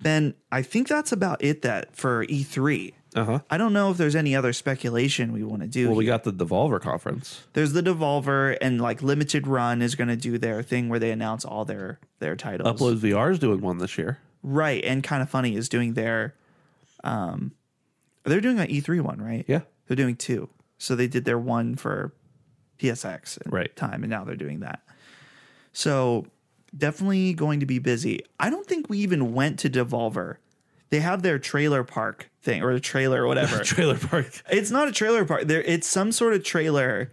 Speaker 1: Then I think that's about it that for E3.
Speaker 2: uh huh.
Speaker 1: I don't know if there's any other speculation we want to do.
Speaker 2: Well, we
Speaker 1: here.
Speaker 2: got the Devolver conference.
Speaker 1: there's the Devolver and like Limited Run is going to do their thing where they announce all their their titles.
Speaker 2: Upload VR is doing one this year.
Speaker 1: Right, and kind of funny is doing their um they're doing an E3 one, right?
Speaker 2: Yeah.
Speaker 1: They're doing two. So they did their one for PSX at
Speaker 2: Right.
Speaker 1: time and now they're doing that. So definitely going to be busy. I don't think we even went to Devolver. They have their trailer park thing or the trailer or whatever.
Speaker 2: Trailer park.
Speaker 1: It's not a trailer park. There, it's some sort of trailer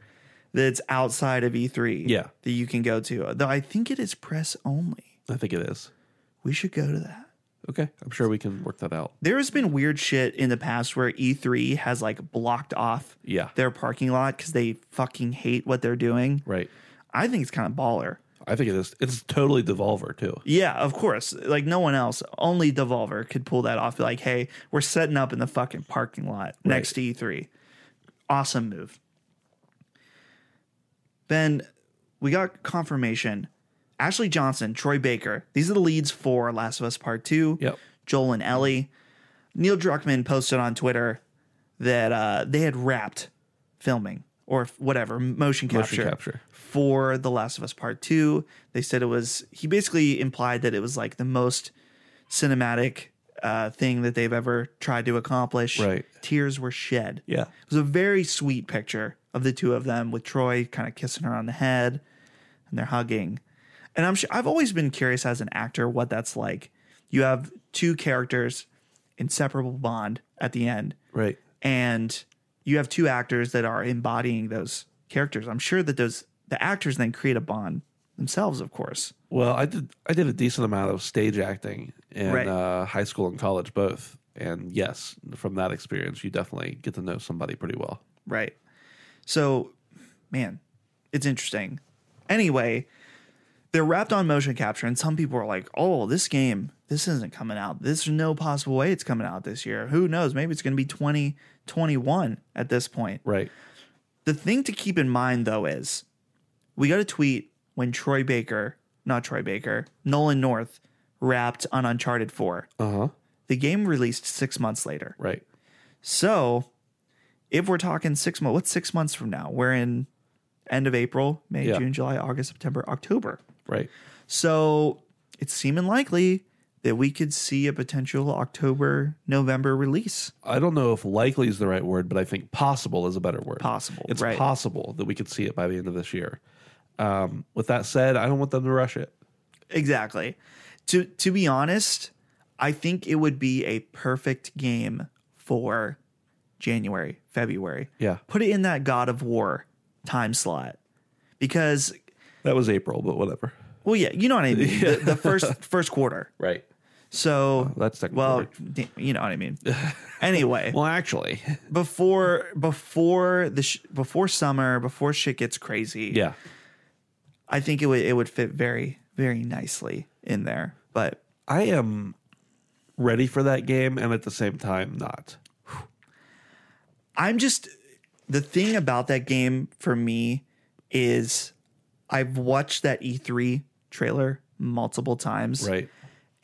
Speaker 1: that's outside of E3.
Speaker 2: Yeah.
Speaker 1: that you can go to. Though I think it is press only.
Speaker 2: I think it is.
Speaker 1: We should go to that.
Speaker 2: Okay. I'm sure we can work that out.
Speaker 1: There has been weird shit in the past where E3 has like blocked off
Speaker 2: Yeah.
Speaker 1: their parking lot because they fucking hate what they're doing.
Speaker 2: Right.
Speaker 1: I think it's kind of baller.
Speaker 2: I think it is. It's totally Devolver too.
Speaker 1: Yeah, of course. Like no one else, only Devolver could pull that off. Be Like, hey, we're setting up in the fucking parking lot next to E3. Awesome move. Then we got confirmation. Ashley Johnson, Troy Baker. These are the leads for Last of Us Part Two.
Speaker 2: Yep.
Speaker 1: Joel and Ellie. Neil Druckmann posted on Twitter that uh, they had wrapped filming or f- whatever motion capture,
Speaker 2: capture.
Speaker 1: for The Last of Us Part Two. They said it was. He basically implied that it was like the most cinematic uh, thing that they've ever tried to accomplish.
Speaker 2: Right.
Speaker 1: Tears were shed.
Speaker 2: Yeah.
Speaker 1: It was a very sweet picture of the two of them with Troy kind of kissing her on the head and they're hugging. And I'm sure I've always been curious as an actor what that's like. You have two characters, inseparable bond at the end,
Speaker 2: Right.
Speaker 1: and you have two actors that are embodying those characters. I'm sure that those the actors then create a bond themselves, of course.
Speaker 2: Well, I did. I did a decent amount of stage acting in
Speaker 1: Right.
Speaker 2: uh, high school and college both. And yes, from that experience, you definitely get to know somebody pretty well.
Speaker 1: Right. So, man, it's interesting. Anyway, they're wrapped on motion capture, and some people are like, oh, this game this isn't coming out. There's no possible way it's coming out this year. Who knows? Maybe it's going to be 2021 at this point.
Speaker 2: Right.
Speaker 1: The thing to keep in mind though is we got a tweet when Troy Baker, not Troy Baker, Nolan North wrapped on Uncharted 4.
Speaker 2: Uh huh.
Speaker 1: The game released six months later.
Speaker 2: Right.
Speaker 1: So if we're talking six months, what's six months from now? We're in end of April, May,
Speaker 2: Yeah.
Speaker 1: June, July, August, September, October.
Speaker 2: Right.
Speaker 1: So it's seeming likely that we could see a potential October, November release
Speaker 2: I don't know if likely is the right word, but I think possible is a better word.
Speaker 1: possible.
Speaker 2: It's
Speaker 1: right.
Speaker 2: possible that we could see it by the end of this year. Um, with that said, I don't want them to rush it.
Speaker 1: Exactly. To to be honest, I think it would be a perfect game for January, February.
Speaker 2: Yeah.
Speaker 1: Put it in that God of War time slot. Because
Speaker 2: That was April, but whatever.
Speaker 1: well yeah, you know what I mean. The, the first first quarter.
Speaker 2: Right.
Speaker 1: So
Speaker 2: That's technically
Speaker 1: well,
Speaker 2: right.
Speaker 1: d- you know what I mean. Anyway,
Speaker 2: Well, actually,
Speaker 1: before before the sh- before summer, before shit gets crazy,
Speaker 2: yeah.
Speaker 1: I think it would it would fit very very nicely in there. But
Speaker 2: I am ready for that game and at the same time not.
Speaker 1: I'm just the thing about that game for me is I've watched that E3 trailer multiple times
Speaker 2: Right.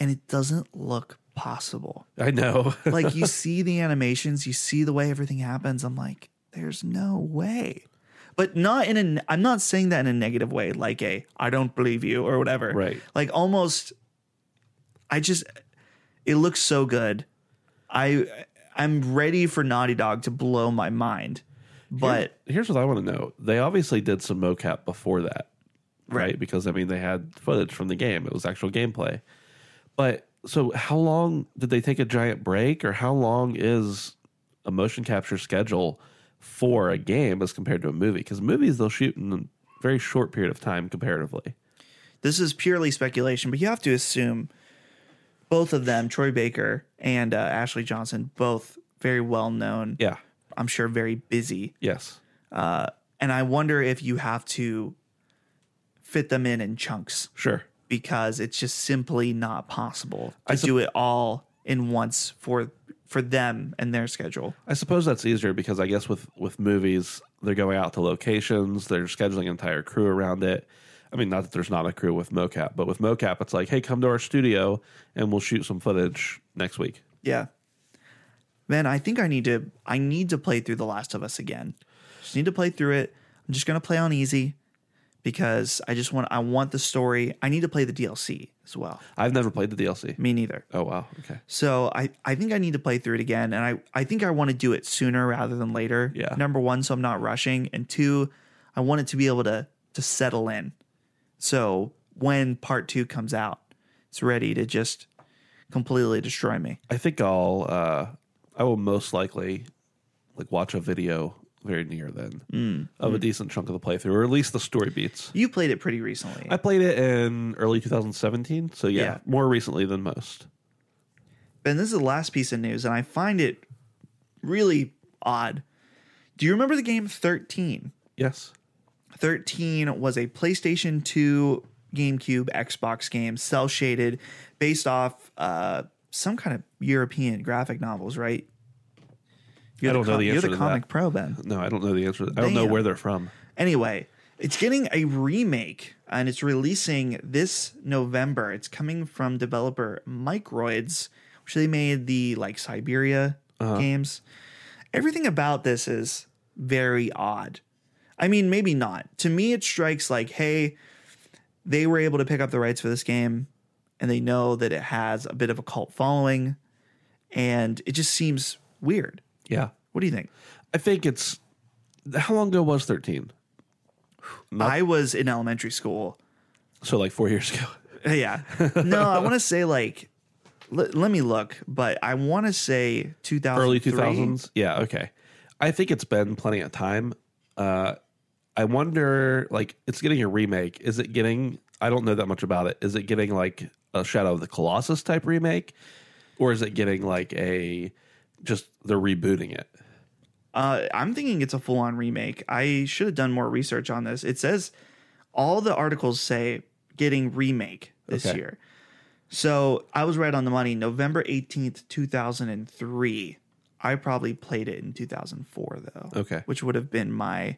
Speaker 1: and it doesn't look possible.
Speaker 2: I know.
Speaker 1: Like you see the animations, you see the way everything happens. I'm like, there's no way. But not in a I'm not saying that in a negative way, like a I don't believe you or whatever.
Speaker 2: Right.
Speaker 1: Like almost I just it looks so good. I I'm ready for Naughty Dog to blow my mind. But
Speaker 2: here's what I want to know. They obviously did some mocap before that, right?
Speaker 1: Right.
Speaker 2: Because I mean, they had footage from the game. It was actual gameplay. But so how long did they take a giant break or how long is a motion capture schedule for a game as compared to a movie? Cuz movies they'll shoot in a very short period of time comparatively.
Speaker 1: this is purely speculation, but you have to assume both of them, Troy Baker and uh, Ashley Johnson, both very well known.
Speaker 2: Yeah.
Speaker 1: I'm sure very busy
Speaker 2: Yes.
Speaker 1: Uh, and I wonder if you have to fit them in in chunks
Speaker 2: Sure.
Speaker 1: because it's just simply not possible to
Speaker 2: I sup-
Speaker 1: do it all in once for for them and their schedule.
Speaker 2: I suppose that's easier because I guess with with movies they're going out to locations, they're scheduling an entire crew around it. I mean, not that there's not a crew with mocap, but with mocap, it's like, hey, come to our studio and we'll shoot some footage next week.
Speaker 1: Yeah. Man, I think I need to I need to play through The Last of Us again. Just need to play through it. I'm just gonna play on easy because I just want I want the story. I need to play the DLC as well.
Speaker 2: I've never played the DLC.
Speaker 1: Me neither.
Speaker 2: Oh wow, okay,
Speaker 1: So I, I think I need to play through it again, and I, I think I want to do it sooner rather than later.
Speaker 2: Yeah.
Speaker 1: Number one, so I'm not rushing, and two, I want it to be able to to settle in. So when part two comes out, it's ready to just completely destroy me.
Speaker 2: I think I'll uh, I will most likely like watch a video very near then of a decent chunk of the playthrough, or at least the story beats.
Speaker 1: You played it pretty recently.
Speaker 2: I played it in early 2017, so yeah,
Speaker 1: Yeah.
Speaker 2: more recently than most.
Speaker 1: Ben, this is the last piece of news, and I find it really odd. Do you remember the game Thirteen?
Speaker 2: Yes,
Speaker 1: 13 was a PlayStation 2 GameCube Xbox game, cell shaded, based off uh, some kind of European graphic novels, right? You're
Speaker 2: I don't know the
Speaker 1: You're
Speaker 2: answer
Speaker 1: the
Speaker 2: to
Speaker 1: comic
Speaker 2: that.
Speaker 1: pro, Ben.
Speaker 2: no, I don't know the answer. I don't know
Speaker 1: Damn.
Speaker 2: where they're from.
Speaker 1: Anyway, it's getting a remake and it's releasing this November. It's coming from developer Microids, which they made the like Siberia games. Everything about this is very odd. I mean, maybe not. To me, it strikes like, hey, they were able to pick up the rights for this game and they know that it has a bit of a cult following and it just seems weird.
Speaker 2: Yeah.
Speaker 1: What do you think?
Speaker 2: I think it's how long ago was 13?
Speaker 1: I was in elementary school
Speaker 2: So like 4 years ago.
Speaker 1: Yeah. No, I want to say like, l- let me look, but I want to say 2000.
Speaker 2: Early 2000s. Yeah, okay. I think it's been plenty of time. Uh I wonder like it's getting a remake. Is it getting I don't know that much about it. Is it getting like a Shadow of the Colossus type remake or is it getting like a just they're rebooting it?
Speaker 1: Uh, I'm thinking it's a full on remake. I should have done more research on this. It says all the articles say getting remake this
Speaker 2: Okay.
Speaker 1: year. So I was right on the money. November 18th, 2003. I probably played it in 2004, though.
Speaker 2: Okay.
Speaker 1: Which would have been my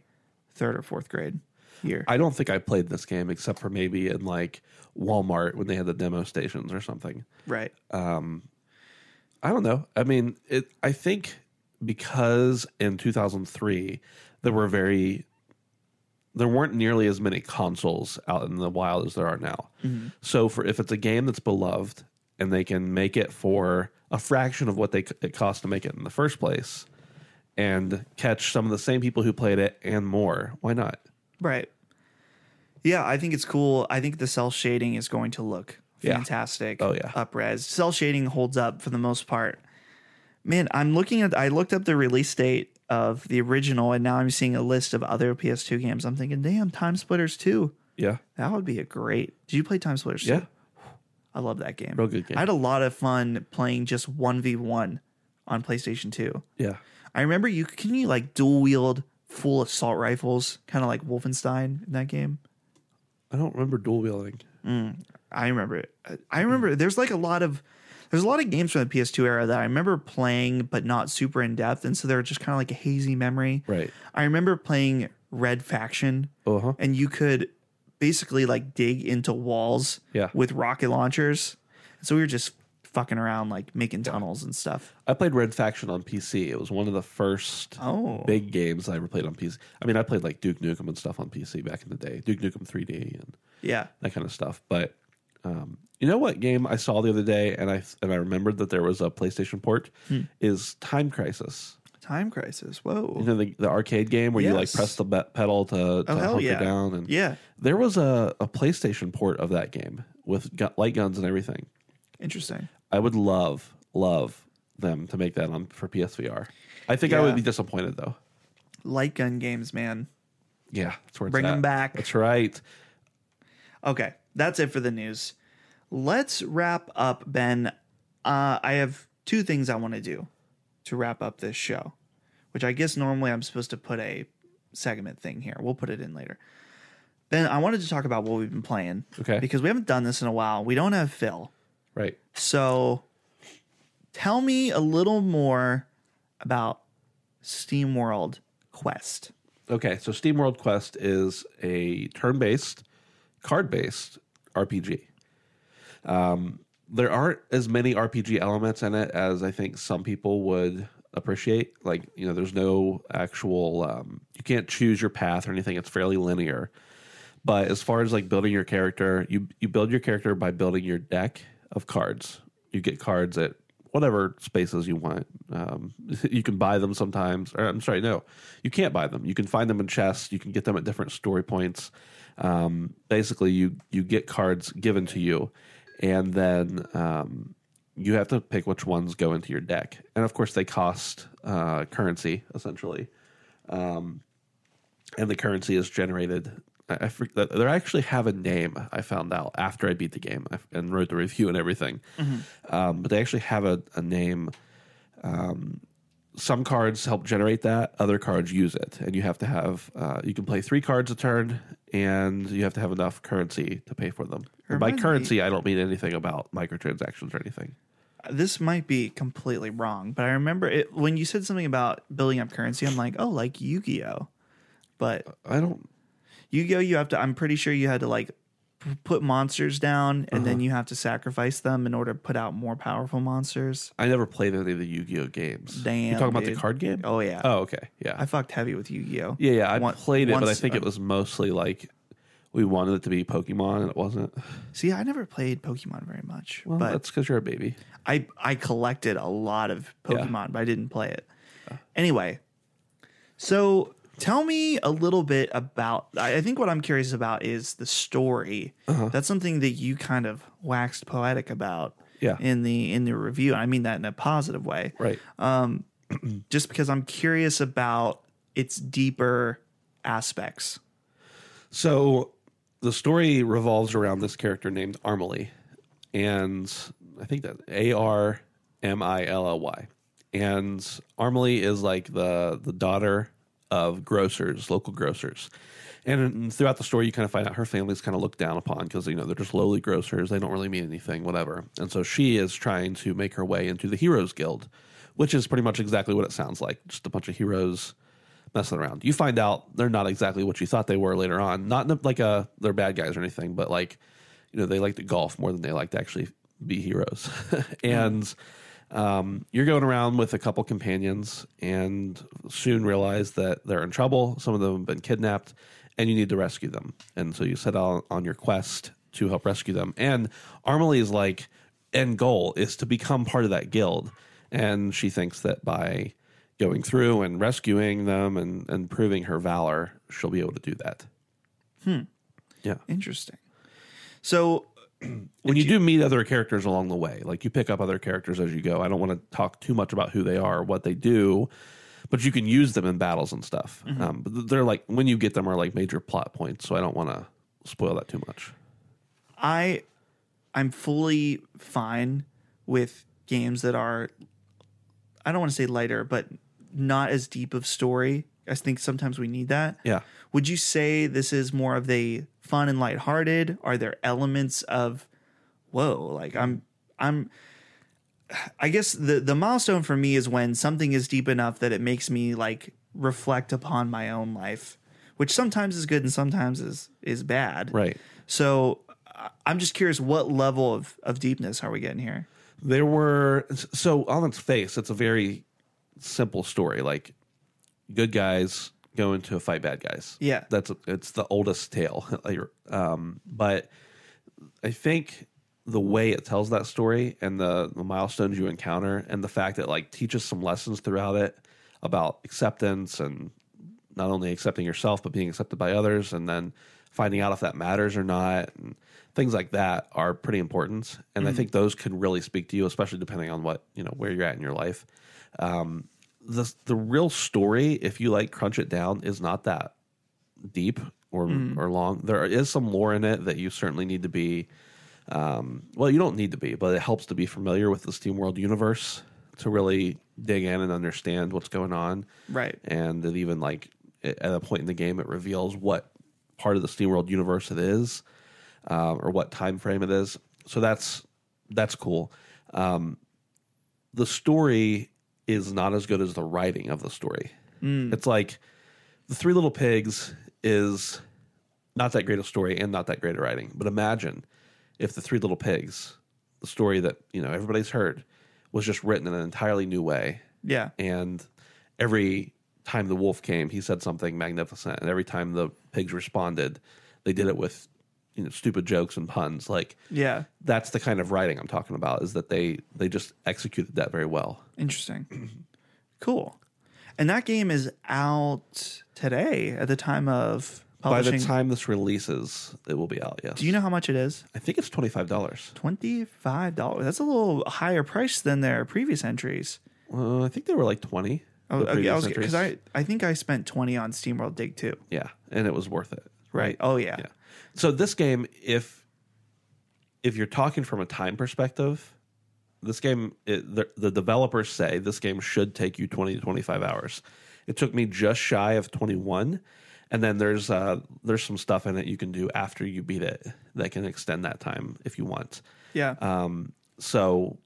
Speaker 1: third or fourth grade year.
Speaker 2: I don't think I played this game except for maybe in like Walmart when they had the demo stations or something.
Speaker 1: right.
Speaker 2: Um, I don't know. I mean, it. I think because in 2003 there were very there weren't nearly as many consoles out in the wild as there are now. So for if it's a game that's beloved and they can make it for a fraction of what they c- it cost to make it in the first place and catch some of the same people who played it and more, why not?
Speaker 1: Right. Yeah, I think it's cool. I think the cell shading is going to look
Speaker 2: Yeah.
Speaker 1: fantastic.
Speaker 2: Oh, yeah.
Speaker 1: Upres. Cell shading holds up for the most part. Man, I'm looking at I looked up the release date of the original and now I'm seeing a list of other PS2 games. I'm thinking, damn, Time Splitters 2.
Speaker 2: Yeah.
Speaker 1: That would be a great. Did you play Time Splitters 2?
Speaker 2: Yeah.
Speaker 1: I love that game.
Speaker 2: Real good game.
Speaker 1: I had a lot of fun playing just 1v1 on PlayStation 2.
Speaker 2: Yeah.
Speaker 1: I remember you can you like dual wield full assault rifles, kind of like Wolfenstein in that game.
Speaker 2: I don't remember dual wielding.
Speaker 1: I remember it. Uh, I
Speaker 2: Mm-hmm.
Speaker 1: remember there's like a lot of there's a lot of games from the PS2 era that I remember playing but not super in depth, and so they're just kind of like a hazy memory.
Speaker 2: Right.
Speaker 1: I remember playing Red Faction,
Speaker 2: Uh-huh.
Speaker 1: and you could basically like dig into walls
Speaker 2: Yeah.
Speaker 1: with rocket launchers. So we were just fucking around like making tunnels and stuff.
Speaker 2: I played Red Faction on PC. It was one of the first
Speaker 1: Oh.
Speaker 2: big games I ever played on PC. I mean, I played like Duke Nukem and stuff on PC back in the day, Duke Nukem 3D and
Speaker 1: Yeah.
Speaker 2: that kind of stuff. But um, you know what game I saw the other day, and I and I remembered that there was a PlayStation port
Speaker 1: Hmm.
Speaker 2: is Time Crisis.
Speaker 1: Time crisis. Whoa.
Speaker 2: You know the, the arcade game where you like
Speaker 1: Yes.
Speaker 2: press the be- pedal to, to
Speaker 1: Oh hell
Speaker 2: hunker
Speaker 1: yeah.
Speaker 2: down, and
Speaker 1: yeah.
Speaker 2: there was a, a PlayStation port of that game with gu- light guns and everything.
Speaker 1: Interesting.
Speaker 2: I would love love them to make that on for PSVR. I think I
Speaker 1: Yeah.
Speaker 2: would be disappointed though.
Speaker 1: Light gun games, man.
Speaker 2: Yeah, that's where it's
Speaker 1: Bring
Speaker 2: at.
Speaker 1: them back.
Speaker 2: That's right.
Speaker 1: Okay, that's it for the news. Let's wrap up, Ben. Uh, I have two things I want to do to wrap up this show, which I guess normally I'm supposed to put a segment thing here. We'll put it in later. Ben, I wanted to talk about what we've been playing
Speaker 2: Okay.
Speaker 1: because we haven't done this in a while. We don't have Phil.
Speaker 2: Right.
Speaker 1: So tell me a little more about SteamWorld Quest.
Speaker 2: Okay, so Steam World Quest is a turn-based, card-based RPG. Um, there aren't as many RPG elements in it as I think some people would appreciate. Like, you know, there's no actual um, you can't choose your path or anything. It's fairly linear. But as far as like building your character, you you build your character by building your deck of cards. You get cards at whatever spaces you want. Um, you can buy them sometimes. Or I'm sorry, no, you can't buy them. You can find them in chests. You can get them at different story points. Um, basically, you you get cards given to you, and then um, you have to pick which ones go into your deck. And of course, they cost uh, currency essentially Um, and the currency is generated. I, I for- they actually have a name. I found out after I beat the game I- and wrote the review and everything. Um, but they actually have a, a name. Um, some cards help generate that. Other cards use it, and you have to have. Uh, you can play three cards a turn, and you have to have enough currency to pay for them. And by
Speaker 1: Reminds me-
Speaker 2: currency, I don't mean anything about microtransactions or anything.
Speaker 1: this might be completely wrong, but I remember it when you said something about building up currency. I'm like, oh, like Yu-Gi-Oh, but
Speaker 2: I don't.
Speaker 1: Yu-Gi-Oh, you have to. I'm pretty sure you had to like p- put monsters down, and
Speaker 2: Uh-huh.
Speaker 1: then you have to sacrifice them in order to put out more powerful monsters.
Speaker 2: I never played any of the Yu-Gi-Oh games.
Speaker 1: Damn,
Speaker 2: you talking about
Speaker 1: dude.
Speaker 2: the card game?
Speaker 1: Oh yeah,
Speaker 2: Oh, okay, yeah.
Speaker 1: I fucked heavy with Yu-Gi-Oh.
Speaker 2: Yeah, yeah, I
Speaker 1: One-
Speaker 2: played it, but I
Speaker 1: once- uh,
Speaker 2: think it was mostly like we wanted it to be Pokemon, and it wasn't.
Speaker 1: See, I never played Pokemon very much,
Speaker 2: Well,
Speaker 1: but
Speaker 2: that's because you're a baby.
Speaker 1: I I collected a lot of
Speaker 2: Yeah. Uh.
Speaker 1: Pokemon, but I didn't play it. Anyway, so tell me a little bit about. I I think what I'm curious about is the story.
Speaker 2: Uh-huh.
Speaker 1: That's something that you kind of waxed poetic about.
Speaker 2: Yeah.
Speaker 1: In the in the review, I mean that in a positive way.
Speaker 2: Right.
Speaker 1: Just because I'm curious about its deeper aspects.
Speaker 2: So the story revolves around this character named Armelie, and I think that A R M I L L Y, and Armelie is like the the daughter of grocers, local grocers. And throughout the story, you kind of find out her family's kind of looked down upon because, you know, they're just lowly grocers. They don't really mean anything, whatever. And so she is trying to make her way into the Heroes Guild, which is pretty much exactly what it sounds like just a bunch of heroes messing around. You find out they're not exactly what you thought they were later on. Not in a- like uh, they're bad guys or anything, but like, you know, they like to golf more than they like to actually be heroes. and um, you're going around with a couple companions and soon realize that they're in trouble. Some of them have been kidnapped and you need to rescue them. And so you set out on your quest to help rescue them. And Armelie's like, end goal is to become part of that guild. And she thinks that by going through and rescuing them and, and proving her valor, she'll be able to do that. Hmm. Yeah.
Speaker 1: Interesting. So
Speaker 2: When you, do meet other characters along the way, like you pick up other characters as you go. I don't want to talk too much about who they are, or what they do, but you can use them in battles and stuff. Um, but they're like when you get them are like major plot points, so I don't want to spoil that too much.
Speaker 1: I I'm fully fine with games that are I don't want to say lighter, but not as deep of story. I think sometimes we need that.
Speaker 2: Yeah.
Speaker 1: Would you say this is more of the fun and lighthearted? Are there elements of whoa, like I'm I'm I guess the the milestone for me is when something is deep enough that it makes me like reflect upon my own life, which sometimes is good and sometimes is is bad.
Speaker 2: Right.
Speaker 1: So I- I'm just curious, what level of, of deepness are we getting here?
Speaker 2: There were so on its face, it's a very simple story. Like good guys go into a fight bad guys.
Speaker 1: Yeah.
Speaker 2: that's it's the oldest tale. Like, um, but I think the way it tells that story and the, the milestones you encounter and the fact that like teaches some lessons throughout it about acceptance and not only accepting yourself but being accepted by others and then finding out if that matters or not and things like that are pretty important and i think those could really speak to you especially depending on what you know where you're at in your life um, the, the real story if you like crunch it down is not that deep or or long. There is some lore in it that you certainly need to be. Um, well, you don't need to be, but it helps to be familiar with the Steam World universe to really dig in and understand what's going on.
Speaker 1: Right.
Speaker 2: And that even like at a point in the game, it reveals what part of the Steam World universe it is, um, or what time frame it is. So that's that's cool. Um, the story is not as good as the writing of the story. It's like the Three Little Pigs is not that great a story and not that great a writing. But imagine if the Three Little Pigs, the story that you know everybody's heard, was just written in an entirely new way.
Speaker 1: Yeah.
Speaker 2: And every time the wolf came, he said something magnificent, and every time the pigs responded, they did it with you know stupid jokes and puns. Like
Speaker 1: Yeah.
Speaker 2: that's the kind of writing I'm talking about. Is that they they just executed that very well.
Speaker 1: Interesting. Cool. And that game is out today at the time of
Speaker 2: By
Speaker 1: publishing.
Speaker 2: the time this releases, it will be out. Yes.
Speaker 1: Do you know how much it is?
Speaker 2: I think it's twenty five dollars.
Speaker 1: $25. That's a little higher price than their previous entries.
Speaker 2: Uh, I think they were like twenty.
Speaker 1: Oh,
Speaker 2: the
Speaker 1: okay,
Speaker 2: previous
Speaker 1: I was because
Speaker 2: entries.
Speaker 1: I, I think I spent 20 on SteamWorld Dig 2.
Speaker 2: yeah, and it was worth it, right?
Speaker 1: Oh, yeah.
Speaker 2: yeah. So this game, if if you're talking from a time perspective, this game it, the, the developers say this game should take you 20 to 25 hours. It took me just shy of 21, and then there's uh, there's some stuff in it you can do after you beat it that can extend that time if you want.
Speaker 1: Yeah.
Speaker 2: Um, so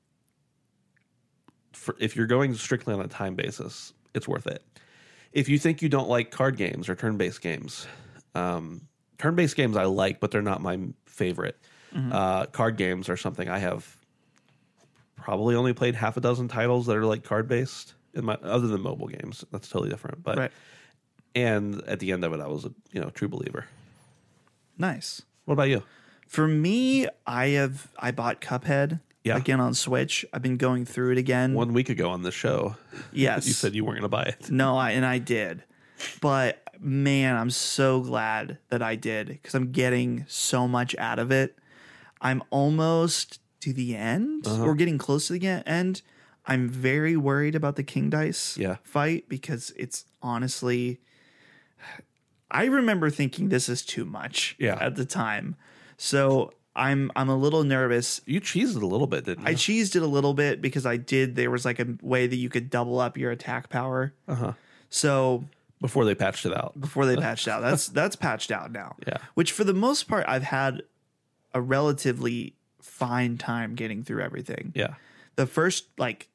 Speaker 2: for, if you're going strictly on a time basis, it's worth it. If you think you don't like card games or turn based games, um, turn based games I like, but they're not my favorite. Uh, card games are something I have probably only played half a dozen titles that are like card based in my other than mobile games. That's totally different. But
Speaker 1: right.
Speaker 2: and at the end of it, I was a you know true believer.
Speaker 1: Nice.
Speaker 2: What about you?
Speaker 1: For me, I have I bought Cuphead
Speaker 2: Yeah.
Speaker 1: again on Switch. I've been going through it again.
Speaker 2: One week ago on this show,
Speaker 1: yes.
Speaker 2: you said you weren't going to buy it.
Speaker 1: No, I and I did. But man, I'm so glad that I did because I'm getting so much out of it. I'm almost to the end.
Speaker 2: Uh-huh.
Speaker 1: We're getting close to the ge- end. I'm very worried about the King Dice
Speaker 2: Yeah.
Speaker 1: fight because it's honestly I remember thinking this is too much
Speaker 2: Yeah.
Speaker 1: at the time. So I'm I'm a little nervous
Speaker 2: You cheesed it a little bit, didn't you?
Speaker 1: I cheesed it a little bit because I did. There was like a way that you could double up your attack power.
Speaker 2: Uh-huh.
Speaker 1: So
Speaker 2: before they patched it out.
Speaker 1: before they patched out. That's that's patched out now.
Speaker 2: Yeah.
Speaker 1: Which for the most part I've had a relatively fine time getting through everything.
Speaker 2: Yeah.
Speaker 1: The first like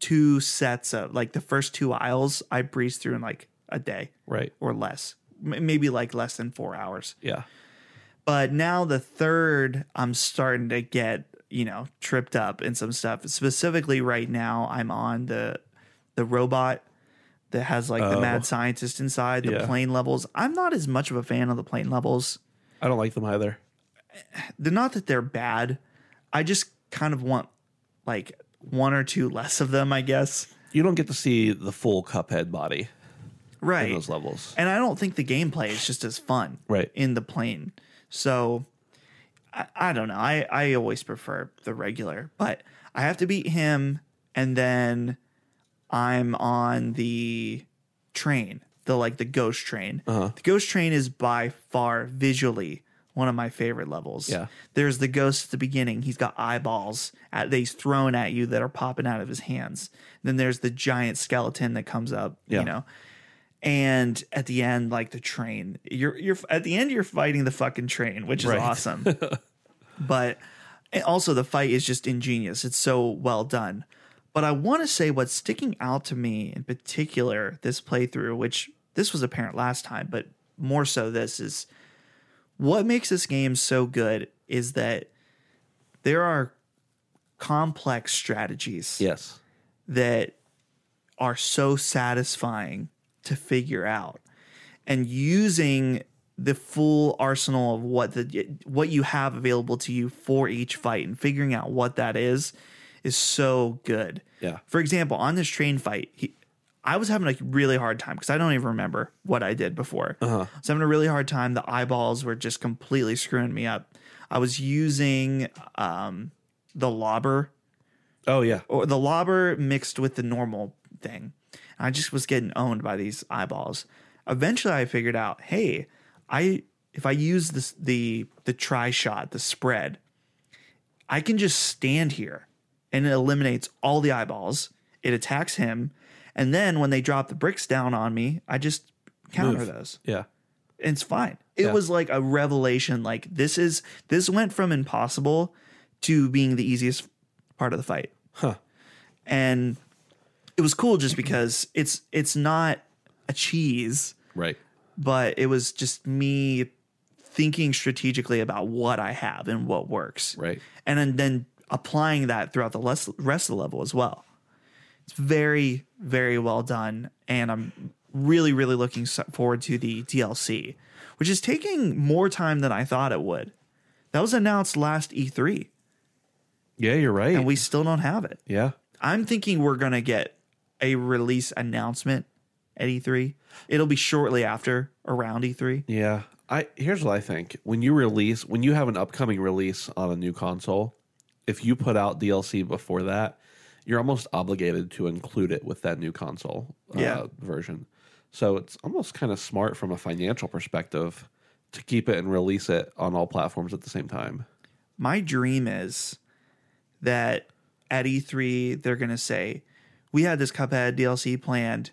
Speaker 1: two sets of like the first two aisles I breezed through in like a day
Speaker 2: Right.
Speaker 1: or less. M- maybe like less than 4 hours.
Speaker 2: Yeah.
Speaker 1: But now the third I'm starting to get, you know, tripped up in some stuff. Specifically right now I'm on the the robot that has like the
Speaker 2: Oh.
Speaker 1: mad scientist inside, the
Speaker 2: Yeah.
Speaker 1: plane levels. I'm not as much of a fan of the plane levels.
Speaker 2: I don't like them either.
Speaker 1: They're not that they're bad. I just kind of want like one or two less of them, I guess.
Speaker 2: You don't get to see the full Cuphead body in
Speaker 1: Right.
Speaker 2: those levels.
Speaker 1: And I don't think the gameplay is just as fun
Speaker 2: Right.
Speaker 1: in the plane. So I, I don't know. I, I always prefer the regular, but I have to beat him and then I'm on the train, the like the ghost train.
Speaker 2: Uh-huh.
Speaker 1: The ghost train is by far visually one of my favorite levels.
Speaker 2: Yeah.
Speaker 1: There's the ghost at the beginning. He's got eyeballs at, that he's throwing at you that are popping out of his hands. Then there's the giant skeleton that comes up,
Speaker 2: Yeah.
Speaker 1: you know. And at the end, like the train, you're you're at the end you're fighting the fucking train, which is
Speaker 2: Right.
Speaker 1: awesome. but and also the fight is just ingenious. It's so well done. But I want to say what's sticking out to me in particular this playthrough, which this was apparent last time, but more so this is what makes this game so good is that there are complex strategies
Speaker 2: Yes.
Speaker 1: that are so satisfying to figure out and using the full arsenal of what the what you have available to you for each fight and figuring out what that is is so good.
Speaker 2: Yeah.
Speaker 1: For example, on this train fight, he, I was having a really hard time because I don't even remember what I did before.
Speaker 2: Uh-huh.
Speaker 1: I was having a really hard time. The eyeballs were just completely screwing me up. I was using um, the lobber
Speaker 2: Oh yeah.
Speaker 1: or the lobber mixed with the normal thing. And I just was getting owned by these eyeballs. Eventually, I figured out, hey, I if I use this the the try shot, the spread, I can just stand here, and it eliminates all the eyeballs. It attacks him, and then when they drop the bricks down on me, I just counter
Speaker 2: Move.
Speaker 1: those
Speaker 2: Yeah.
Speaker 1: and it's fine. It
Speaker 2: Yeah.
Speaker 1: was like a revelation. Like this is this went from impossible to being the easiest part of the fight.
Speaker 2: Huh.
Speaker 1: And it was cool just because it's it's not a cheese,
Speaker 2: Right.
Speaker 1: but it was just me thinking strategically about what I have and what works.
Speaker 2: Right.
Speaker 1: And then, then applying that throughout the les- rest of the level as well. It's very, very well done. And I'm really, really looking so- forward to the DLC, which is taking more time than I thought it would. That was announced last E3,
Speaker 2: Yeah, you're right.
Speaker 1: and we still don't have it.
Speaker 2: yeah.
Speaker 1: I'm thinking we're going to get a release announcement at E3. It'll be shortly after around E E3.
Speaker 2: Yeah. I here's what I think. When you release when you have an upcoming release on a new console, if you put out DLC before that, you're almost obligated to include it with that new console uh,
Speaker 1: Yeah.
Speaker 2: version. So it's almost kind of smart from a financial perspective to keep it and release it on all platforms at the same time.
Speaker 1: my dream is that at E3 they're going to say we had this Cuphead DLC planned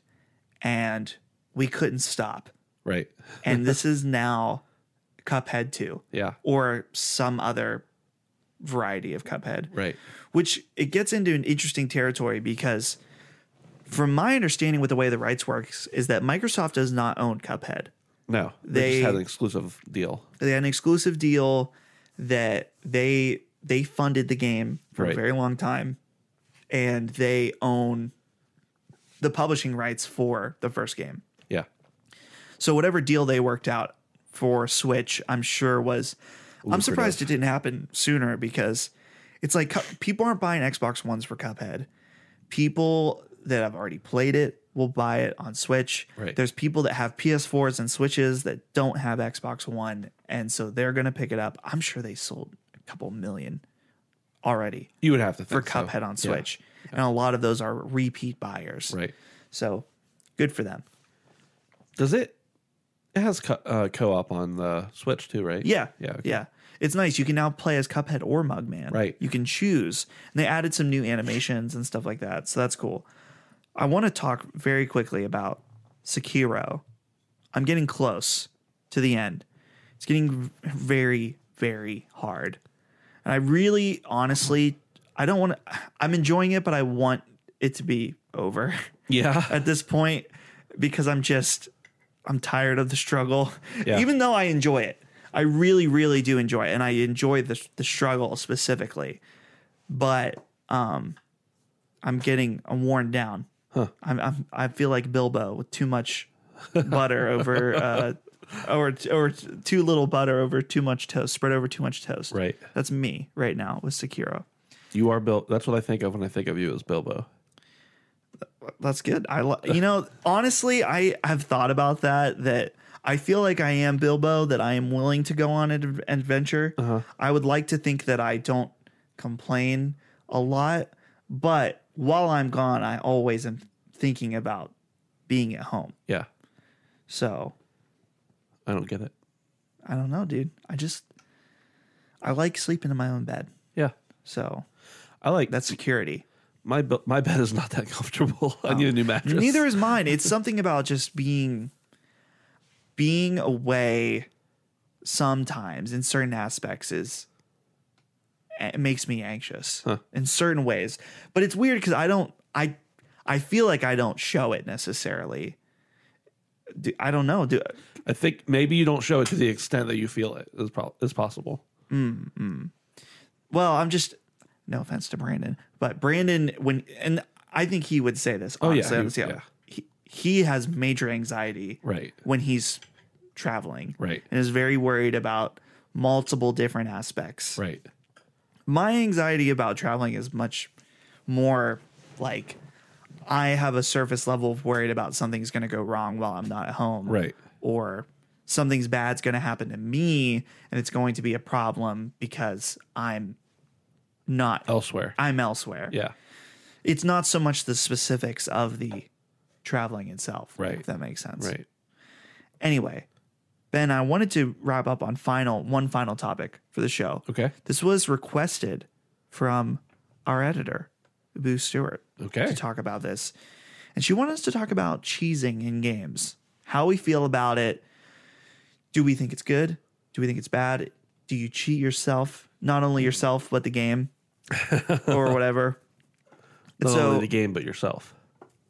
Speaker 1: and we couldn't stop
Speaker 2: Right.
Speaker 1: and this is now Cuphead 2
Speaker 2: Yeah.
Speaker 1: or some other variety of Cuphead
Speaker 2: Right.
Speaker 1: which it gets into an interesting territory because from my understanding with the way the rights works is that Microsoft does not own Cuphead
Speaker 2: No. They
Speaker 1: They-
Speaker 2: just had an exclusive deal.
Speaker 1: they had an exclusive deal that they they funded the game for a
Speaker 2: Right.
Speaker 1: very long time and they own the publishing rights for the first game
Speaker 2: Yeah.
Speaker 1: so whatever deal they worked out for switch i'm sure was i'm surprised it didn't happen sooner because it's like Cup- people aren't buying xbox ones for cuphead people that have already played it will buy it on Switch.
Speaker 2: Right.
Speaker 1: There's people that have PS4s and Switches that don't have Xbox One, and so they're gonna pick it up. I'm sure they sold a couple million already
Speaker 2: You would have to
Speaker 1: for
Speaker 2: think so.
Speaker 1: Cuphead on
Speaker 2: Yeah.
Speaker 1: Switch, and a lot of those are repeat buyers.
Speaker 2: Right.
Speaker 1: So good for them.
Speaker 2: Does it? It has co- uh, co-op on the Switch too, right?
Speaker 1: Yeah,
Speaker 2: Yeah. okay.
Speaker 1: yeah. It's nice. You can now play as Cuphead or Mugman.
Speaker 2: Right.
Speaker 1: You can choose, and they added some new animations and stuff like that. So that's cool. I want to talk very quickly about Sekiro. I'm getting close to the end. It's getting very, very hard. And I really, honestly, I don't want to, I'm enjoying it, but I want it to be over
Speaker 2: Yeah.
Speaker 1: at this point because I'm just I'm tired of the struggle.
Speaker 2: Yeah.
Speaker 1: Even though I enjoy it, I really really do enjoy it, and I enjoy the the struggle specifically. But um, I'm getting I'm worn down. I'm, I'm I feel like Bilbo with too much butter over uh or or too little butter over too much toast spread over too much toast.
Speaker 2: Right.
Speaker 1: That's me right now with Sekiro.
Speaker 2: You are Bill. That's what I think of when I think of you as Bilbo.
Speaker 1: that's good. I lo- you know honestly, I have thought about that. That I feel like I am Bilbo. That I am willing to go on an ad- adventure. I would like to think that I don't complain a lot, but while I'm gone, I always am thinking about being at home.
Speaker 2: Yeah.
Speaker 1: So
Speaker 2: I don't get it.
Speaker 1: I don't know, dude. I just I like sleeping in my own bed.
Speaker 2: Yeah.
Speaker 1: So
Speaker 2: I like
Speaker 1: that's security.
Speaker 2: my bu- my bed is not that comfortable. I need a new mattress.
Speaker 1: Neither is mine. It's something about just being being away sometimes in certain aspects is it makes me anxious in certain ways. But it's weird cuz I don't I I feel like I don't show it necessarily. Do, I don't know. Do
Speaker 2: I think maybe you don't show it to the extent that you feel it is pro- is possible.
Speaker 1: well, I'm just no offense to Brandon, but Brandon when and I think he would say this.
Speaker 2: Oh, yeah,
Speaker 1: Honestly,
Speaker 2: he-
Speaker 1: honestly,
Speaker 2: yeah.
Speaker 1: He, he has major anxiety
Speaker 2: Right.
Speaker 1: when he's traveling,
Speaker 2: Right.
Speaker 1: and is very worried about multiple different aspects.
Speaker 2: Right.
Speaker 1: My anxiety about traveling is much more like I have a surface level of worried about something's going to go wrong while I'm not at home,
Speaker 2: Right.
Speaker 1: Or something's bad's going to happen to me, and it's going to be a problem because I'm not
Speaker 2: Elsewhere.
Speaker 1: I'm elsewhere.
Speaker 2: Oh. yeah.
Speaker 1: It's not so much the specifics of the traveling itself,
Speaker 2: Right.
Speaker 1: If that makes sense,
Speaker 2: Right.
Speaker 1: Anyway, Ben, I wanted to wrap up on final one final topic for the show.
Speaker 2: Okay.
Speaker 1: This was requested from our editor, Boo Stewart,
Speaker 2: Okay.
Speaker 1: to talk about this. And she wanted us to talk about cheesing in games, how we feel about it. Do we think it's good? Do we think it's bad? Do you cheat yourself, not only yourself, but the game or whatever? And
Speaker 2: Not
Speaker 1: so
Speaker 2: only the game, but yourself.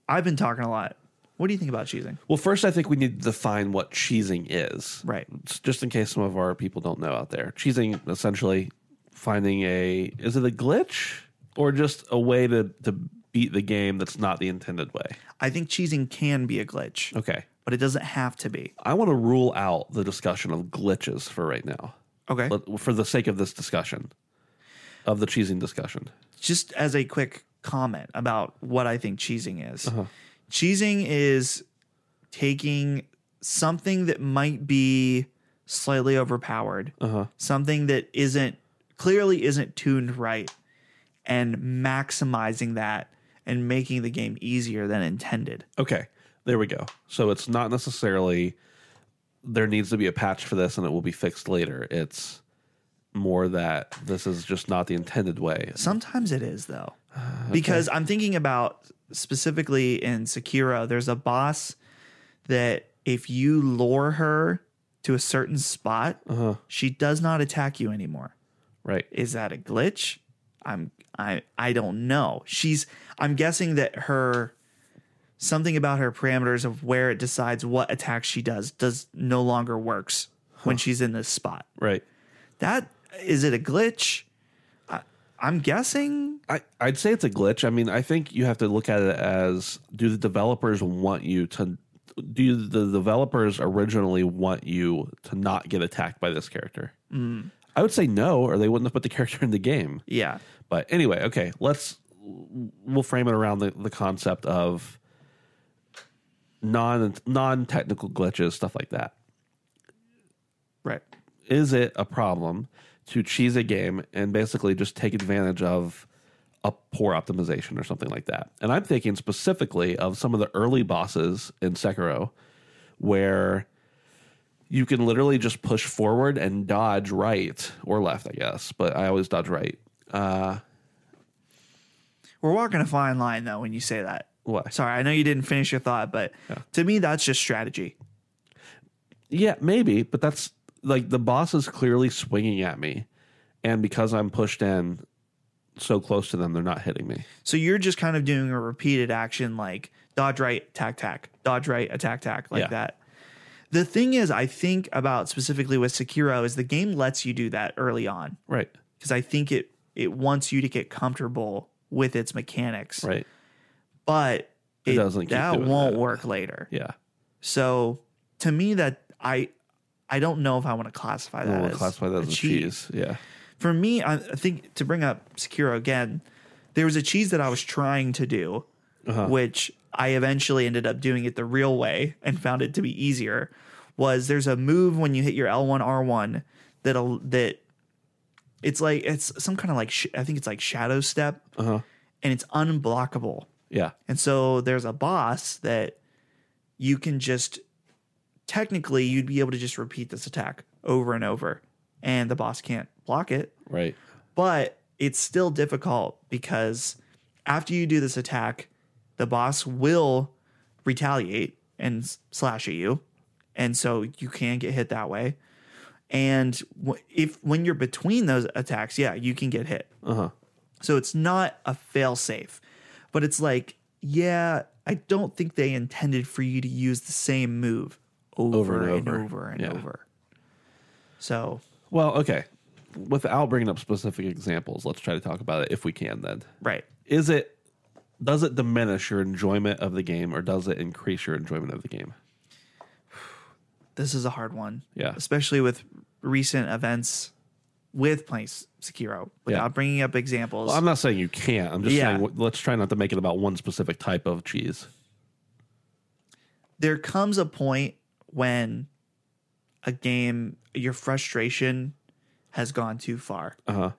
Speaker 1: I've been talking a lot. What do you think about cheesing?
Speaker 2: Well, first, I think we need to define what cheesing is.
Speaker 1: Right.
Speaker 2: S- Just in case some of our people don't know out there. Cheesing, essentially, finding a is it a glitch or just a way to to beat the game that's not the intended way?
Speaker 1: I think cheesing can be a glitch,
Speaker 2: Okay.
Speaker 1: but it doesn't have to be.
Speaker 2: I want to rule out the discussion of glitches for right now,
Speaker 1: Okay.
Speaker 2: but for the sake of this discussion, of the cheesing discussion.
Speaker 1: just as a quick comment about what I think cheesing is. Cheesing is taking something that might be slightly overpowered,
Speaker 2: Uh-huh.
Speaker 1: something that isn't clearly isn't tuned right, and maximizing that and making the game easier than intended.
Speaker 2: Okay, there we go. So it's not necessarily there needs to be a patch for this and it will be fixed later. It's more that this is just not the intended way.
Speaker 1: Sometimes it is though, because I'm thinking about specifically in Sekiro. There's a boss that if you lure her to a certain spot, she does not attack you anymore.
Speaker 2: Right.
Speaker 1: Is that a glitch? I'm I I don't know. She's I'm guessing that her something about her parameters of where it decides what attack she does does no longer works when she's in this spot.
Speaker 2: Right.
Speaker 1: That is it a glitch? I, I'm guessing
Speaker 2: I, I'd say it's a glitch. I mean, I think you have to look at it as do the developers want you to do the developers originally want you to not get attacked by this character? I would say no, or they wouldn't have put the character in the game.
Speaker 1: Yeah.
Speaker 2: But anyway, okay, let's we'll frame it around the, the concept of non non technical glitches, stuff like that.
Speaker 1: Right.
Speaker 2: Is it a problem to cheese a game and basically just take advantage of a poor optimization or something like that? And I'm thinking specifically of some of the early bosses in Sekiro where you can literally just push forward and dodge right or left, I guess, but I always dodge right. Uh,
Speaker 1: We're walking a fine line though when you say that.
Speaker 2: What?
Speaker 1: Sorry, I know you didn't finish your thought, but to me that's just strategy.
Speaker 2: Yeah, maybe, but that's like the boss is clearly swinging at me, and because I'm pushed in so close to them, they're not hitting me.
Speaker 1: So you're just kind of doing a repeated action like dodge right, tack, tack, dodge right, attack, tack, like
Speaker 2: Yeah.
Speaker 1: that. The thing is, I think about specifically with Sekiro is the game lets you do that early on
Speaker 2: Right,
Speaker 1: because I think it it wants you to get comfortable with its mechanics,
Speaker 2: right,
Speaker 1: but
Speaker 2: It doesn't keep
Speaker 1: that
Speaker 2: doing
Speaker 1: won't
Speaker 2: that.
Speaker 1: work later.
Speaker 2: yeah.
Speaker 1: So to me, that I I don't know if I want to classify
Speaker 2: I
Speaker 1: that.
Speaker 2: want
Speaker 1: as
Speaker 2: to classify that as a cheese. Yeah,
Speaker 1: for me, I I think to bring up Sekiro again, there was a cheese that I was trying to do,
Speaker 2: Uh. Uh-huh,
Speaker 1: which I eventually ended up doing it the real way and found it to be easier. Was there's a move when you hit your L1 R1 that will that it's like it's some kind of like sh- I think it's like shadow step,
Speaker 2: Uh-huh.
Speaker 1: and it's unblockable.
Speaker 2: yeah,
Speaker 1: And so there's a boss that you can just technically you'd be able to just repeat this attack over and over, and the boss can't block it
Speaker 2: right,
Speaker 1: but it's still difficult because after you do this attack, the boss will retaliate and s- slash at you, and so you can get hit that way. And wh- if when you're between those attacks, yeah, you can get hit.
Speaker 2: uh huh,
Speaker 1: So it's not a fail safe, but it's like, yeah, I don't think they intended for you to use the same move over,
Speaker 2: and
Speaker 1: and over
Speaker 2: over.
Speaker 1: and over.
Speaker 2: Yeah.
Speaker 1: So
Speaker 2: Well, okay. Without bringing up specific examples, let's try to talk about it if we can. Then
Speaker 1: right,
Speaker 2: is it does it diminish your enjoyment of the game or does it increase your enjoyment of the game?
Speaker 1: this is a hard one.
Speaker 2: Yeah.
Speaker 1: Especially with recent events with playing S- Sekiro without
Speaker 2: Yeah.
Speaker 1: bringing up examples.
Speaker 2: I'm not saying you can't. I'm just
Speaker 1: Yeah.
Speaker 2: saying w- let's try not to make it about one specific type of cheese.
Speaker 1: there comes a point when a game, your frustration has gone too far.
Speaker 2: Uh huh.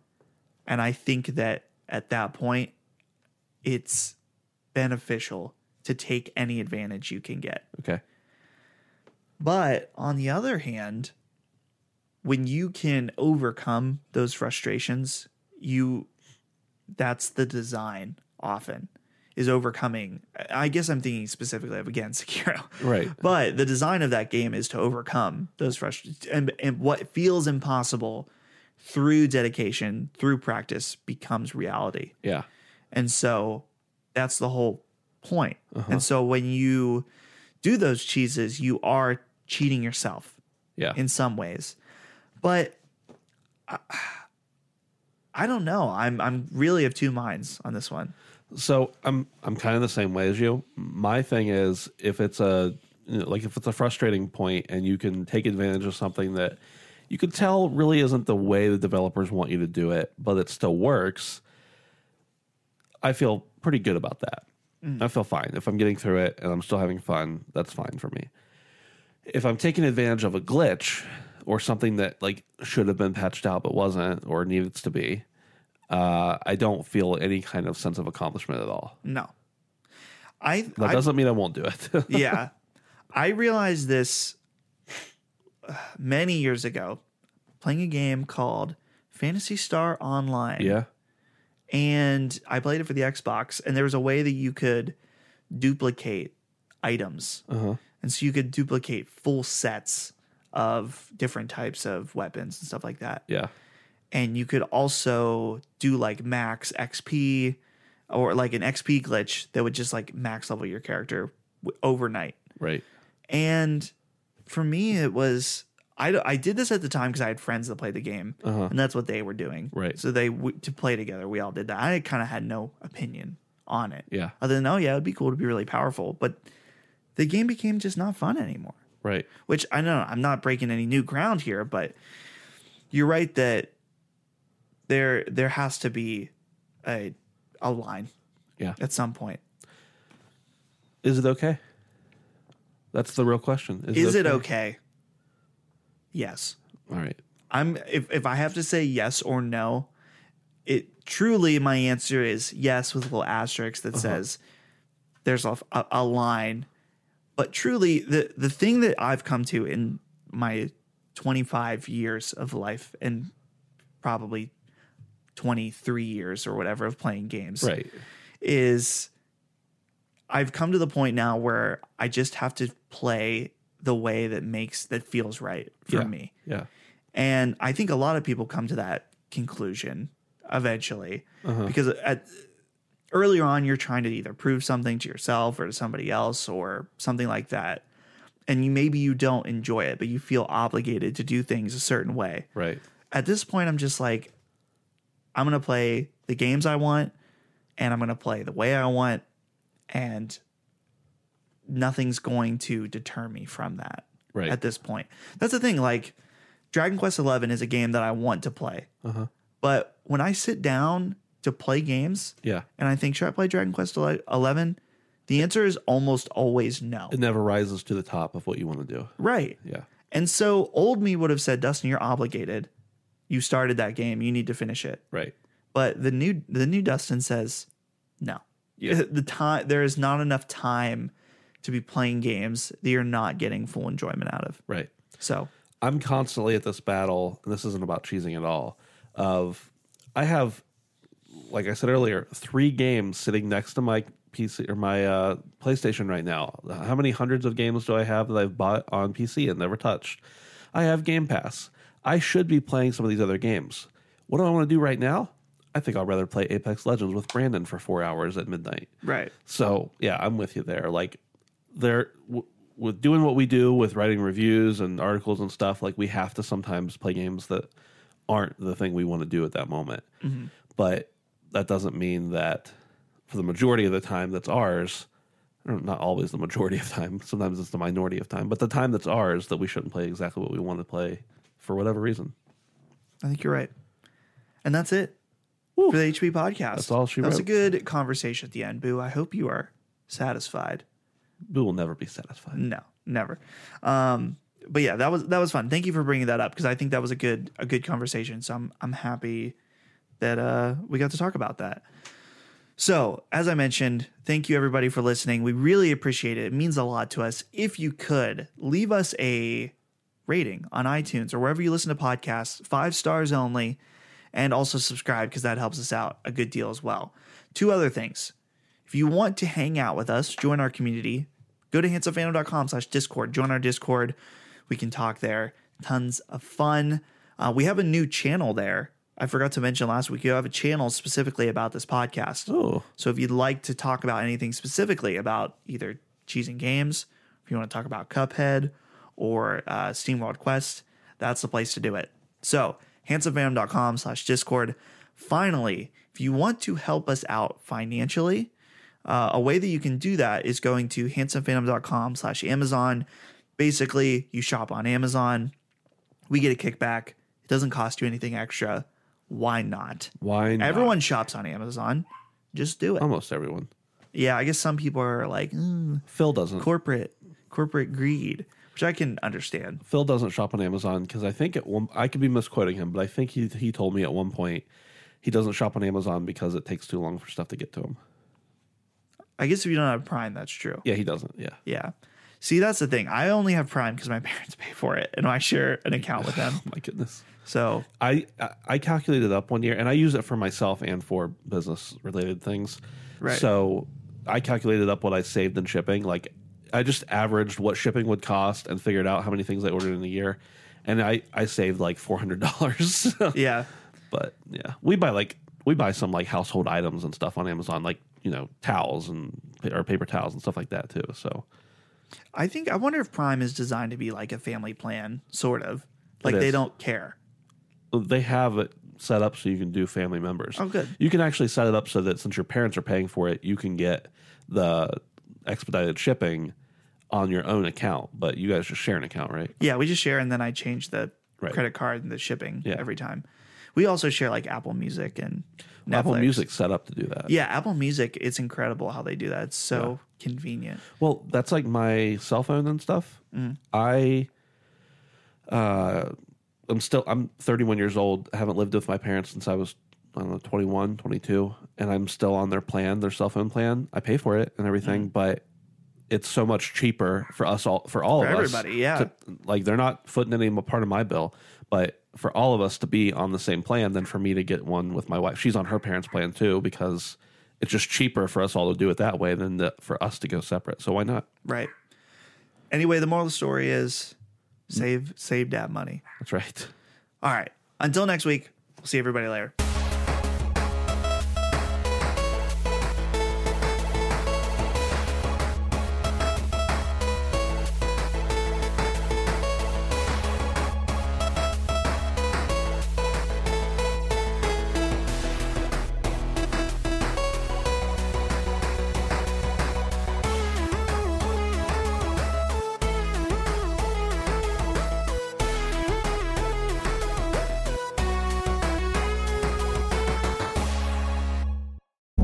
Speaker 1: And I think that at that point, it's beneficial to take any advantage you can get.
Speaker 2: Okay.
Speaker 1: But on the other hand, when you can overcome those frustrations, you that's the design often is overcoming. I guess I'm thinking specifically of again Sekiro.
Speaker 2: Right.
Speaker 1: But the design of that game is to overcome those frustrations and, and what feels impossible through dedication, through practice becomes reality.
Speaker 2: Yeah.
Speaker 1: And so that's the whole point.
Speaker 2: Uh-huh.
Speaker 1: And so when you do those cheeses, you are cheating yourself
Speaker 2: Yeah.
Speaker 1: in some ways. But I, I don't know. I'm I'm really of two minds on this one.
Speaker 2: so I'm I'm kind of the same way as you. My thing is if it's a you know, like if it's a frustrating point and you can take advantage of something that you could tell really isn't the way the developers want you to do it, but it still works. I feel pretty good about that. I feel fine if I'm getting through it and I'm still having fun. That's fine for me. If I'm taking advantage of a glitch or something that like should have been patched out but wasn't or needs to be, uh, I don't feel any kind of sense of accomplishment at all.
Speaker 1: No. I,
Speaker 2: That
Speaker 1: I
Speaker 2: doesn't mean I won't do it.
Speaker 1: yeah. I realized this uh, many years ago playing a game called Fantasy Star Online.
Speaker 2: yeah.
Speaker 1: And I played it for the Xbox, and there was a way that you could duplicate items.
Speaker 2: Uh-huh.
Speaker 1: And so you could duplicate full sets of different types of weapons and stuff like that.
Speaker 2: Yeah.
Speaker 1: And you could also do like max XP or like an XP glitch that would just like max level your character w- overnight.
Speaker 2: Right.
Speaker 1: And for me, it was I, I did this at the time because I had friends that played the game,
Speaker 2: Uh-huh.
Speaker 1: and that's what they were doing.
Speaker 2: Right.
Speaker 1: So they w- to play together. We all did that. I kind of had no opinion on it,
Speaker 2: Yeah.
Speaker 1: other than oh yeah, it'd be cool to be really powerful. But the game became just not fun anymore.
Speaker 2: Right.
Speaker 1: Which I know I'm not breaking any new ground here, but you're right that there there has to be a a line,
Speaker 2: Yeah.
Speaker 1: at some point.
Speaker 2: Is it okay? That's the real question.
Speaker 1: Is it okay? Yes.
Speaker 2: All right.
Speaker 1: I'm if if I have to say yes or no, it truly my answer is yes with a little asterisk
Speaker 2: Uh-huh.
Speaker 1: that says there's a, a, a line. But truly, the the thing that I've come to in my 25 years of life and probably 23 years or whatever of playing games
Speaker 2: Right.
Speaker 1: is I've come to the point now where I just have to play the way that makes that feels right for
Speaker 2: Yeah.
Speaker 1: me.
Speaker 2: Yeah.
Speaker 1: And I think a lot of people come to that conclusion eventually because at earlier on you're trying to either prove something to yourself or to somebody else or something like that. And you maybe you don't enjoy it, but you feel obligated to do things a certain way.
Speaker 2: Right.
Speaker 1: At this point I'm just like I'm going to play the games I want and I'm going to play the way I want and nothing's going to deter me from that
Speaker 2: Right.
Speaker 1: at this point. That's the thing. Like Dragon Quest Eleven is a game that I want to play,
Speaker 2: Uh-huh.
Speaker 1: but when I sit down to play games
Speaker 2: Yeah.
Speaker 1: and I think should I play Dragon Quest Eleven, the answer is almost always no.
Speaker 2: It never rises to the top of what you want to do.
Speaker 1: Right.
Speaker 2: Yeah.
Speaker 1: And so old me would have said, Dustin, you're obligated. You started that game. You need to finish it.
Speaker 2: Right.
Speaker 1: But the new the new Dustin says, no.
Speaker 2: Yeah.
Speaker 1: The time there is not enough time to be playing games that you're not getting full enjoyment out of.
Speaker 2: Right.
Speaker 1: So
Speaker 2: I'm constantly at this battle, and this isn't about cheesing at all. Of I have, like I said earlier, three games sitting next to my PC or my uh, PlayStation right now. How many hundreds of games do I have that I've bought on PC and never touched? I have Game Pass. I should be playing some of these other games. What do I want to do right now? I think I'd rather play Apex Legends with Brandon for four hours at midnight.
Speaker 1: Right.
Speaker 2: So yeah, I'm with you there. Like there w- with doing what we do with writing reviews and articles and stuff, like we have to sometimes play games that aren't the thing we want to do at that moment. But that doesn't mean that for the majority of the time that's ours, or not always the majority of time, sometimes it's the minority of time, but the time that's ours that we shouldn't play exactly what we want to play for whatever reason.
Speaker 1: I think you're right. And that's it for the HB podcast.
Speaker 2: That's all she
Speaker 1: That was a
Speaker 2: wrote.
Speaker 1: good conversation at the end, Boo. I hope you are satisfied.
Speaker 2: We will never be satisfied.
Speaker 1: No, never. Um, but yeah, that was that was fun. Thank you for bringing that up because I think that was a good a good conversation. So I'm I'm happy that uh, we got to talk about that. So, as I mentioned, thank you everybody for listening. We really appreciate it. It means a lot to us. If you could leave us a rating on iTunes or wherever you listen to podcasts, five stars only, and also subscribe because that helps us out a good deal as well. Two other things. If you want to hang out with us, join our community, go to handsomefandom.com slash discord. Join our Discord. We can talk there. Tons of fun. Uh, we have a new channel there. I forgot to mention last week, you have a channel specifically about this podcast.
Speaker 2: Oh,
Speaker 1: So if you'd like to talk about anything specifically about either cheese and games, if you want to talk about Cuphead or uh, Steam World Quest, that's the place to do it. So handsomefandom.com slash discord. Finally, if you want to help us out financially, uh, a way that you can do that is going to handsomefandom.com slash Amazon. Basically, you shop on Amazon. We get a kickback. It doesn't cost you anything extra. Why not?
Speaker 2: why not?
Speaker 1: Everyone shops on Amazon. Just do it.
Speaker 2: almost everyone.
Speaker 1: yeah, I guess some people are like "Mm,
Speaker 2: Phil doesn't.
Speaker 1: corporate, corporate greed, which I can understand.
Speaker 2: Phil doesn't shop on Amazon because I think at one I could be misquoting him, but I think he he told me at one point he doesn't shop on Amazon because it takes too long for stuff to get to him.
Speaker 1: I guess if you don't have Prime, that's true.
Speaker 2: Yeah, he doesn't. Yeah,
Speaker 1: Yeah. See, that's the thing. I only have Prime because my parents pay for it, and I share an account with them.
Speaker 2: my goodness.
Speaker 1: So
Speaker 2: I I- I calculated up one year, and I use it for myself and for business related things.
Speaker 1: Right.
Speaker 2: So I calculated up what I saved in shipping. Like I just averaged what shipping would cost and figured out how many things I ordered in a year, and I I saved like four hundred dollars.
Speaker 1: yeah,
Speaker 2: but yeah, we buy like we buy some like household items and stuff on Amazon, like you know towels and or paper towels and stuff like that too. So
Speaker 1: I think I wonder if Prime is designed to be like a family plan, sort of. Like
Speaker 2: It
Speaker 1: they
Speaker 2: is.
Speaker 1: don't care.
Speaker 2: they have it set up so you can do family members.
Speaker 1: Oh, good.
Speaker 2: You can actually set it up so that since your parents are paying for it, you can get the expedited shipping on your own account. But you guys just share an account, right?
Speaker 1: Yeah, we just share, and then I change the
Speaker 2: Right.
Speaker 1: credit card and the shipping
Speaker 2: Yeah.
Speaker 1: every time. We also share like Apple Music and Netflix.
Speaker 2: Apple Music's set up to do that.
Speaker 1: Yeah, Apple Music. It's incredible how they do that. It's so convenient.
Speaker 2: Well, that's like my cell phone and stuff.
Speaker 1: Mm.
Speaker 2: I uh I'm still I'm 31 years old. I haven't lived with my parents since I was I don't know 21, 22, and I'm still on their plan, their cell phone plan. I pay for it and everything,
Speaker 1: Mm.
Speaker 2: but it's so much cheaper for us all for all
Speaker 1: For
Speaker 2: of
Speaker 1: everybody,
Speaker 2: us.
Speaker 1: yeah.
Speaker 2: to- like they're not footing any part of my bill, but for all of us to be on the same plan than for me to get one with my wife. She's on her parents' plan too because it's just cheaper for us all to do it that way than the, for us to go separate. So why not?
Speaker 1: Right. Anyway, the moral of the story is save save dad money.
Speaker 2: That's right.
Speaker 1: All right. Until next week, we'll see everybody later.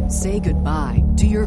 Speaker 4: Say goodbye to your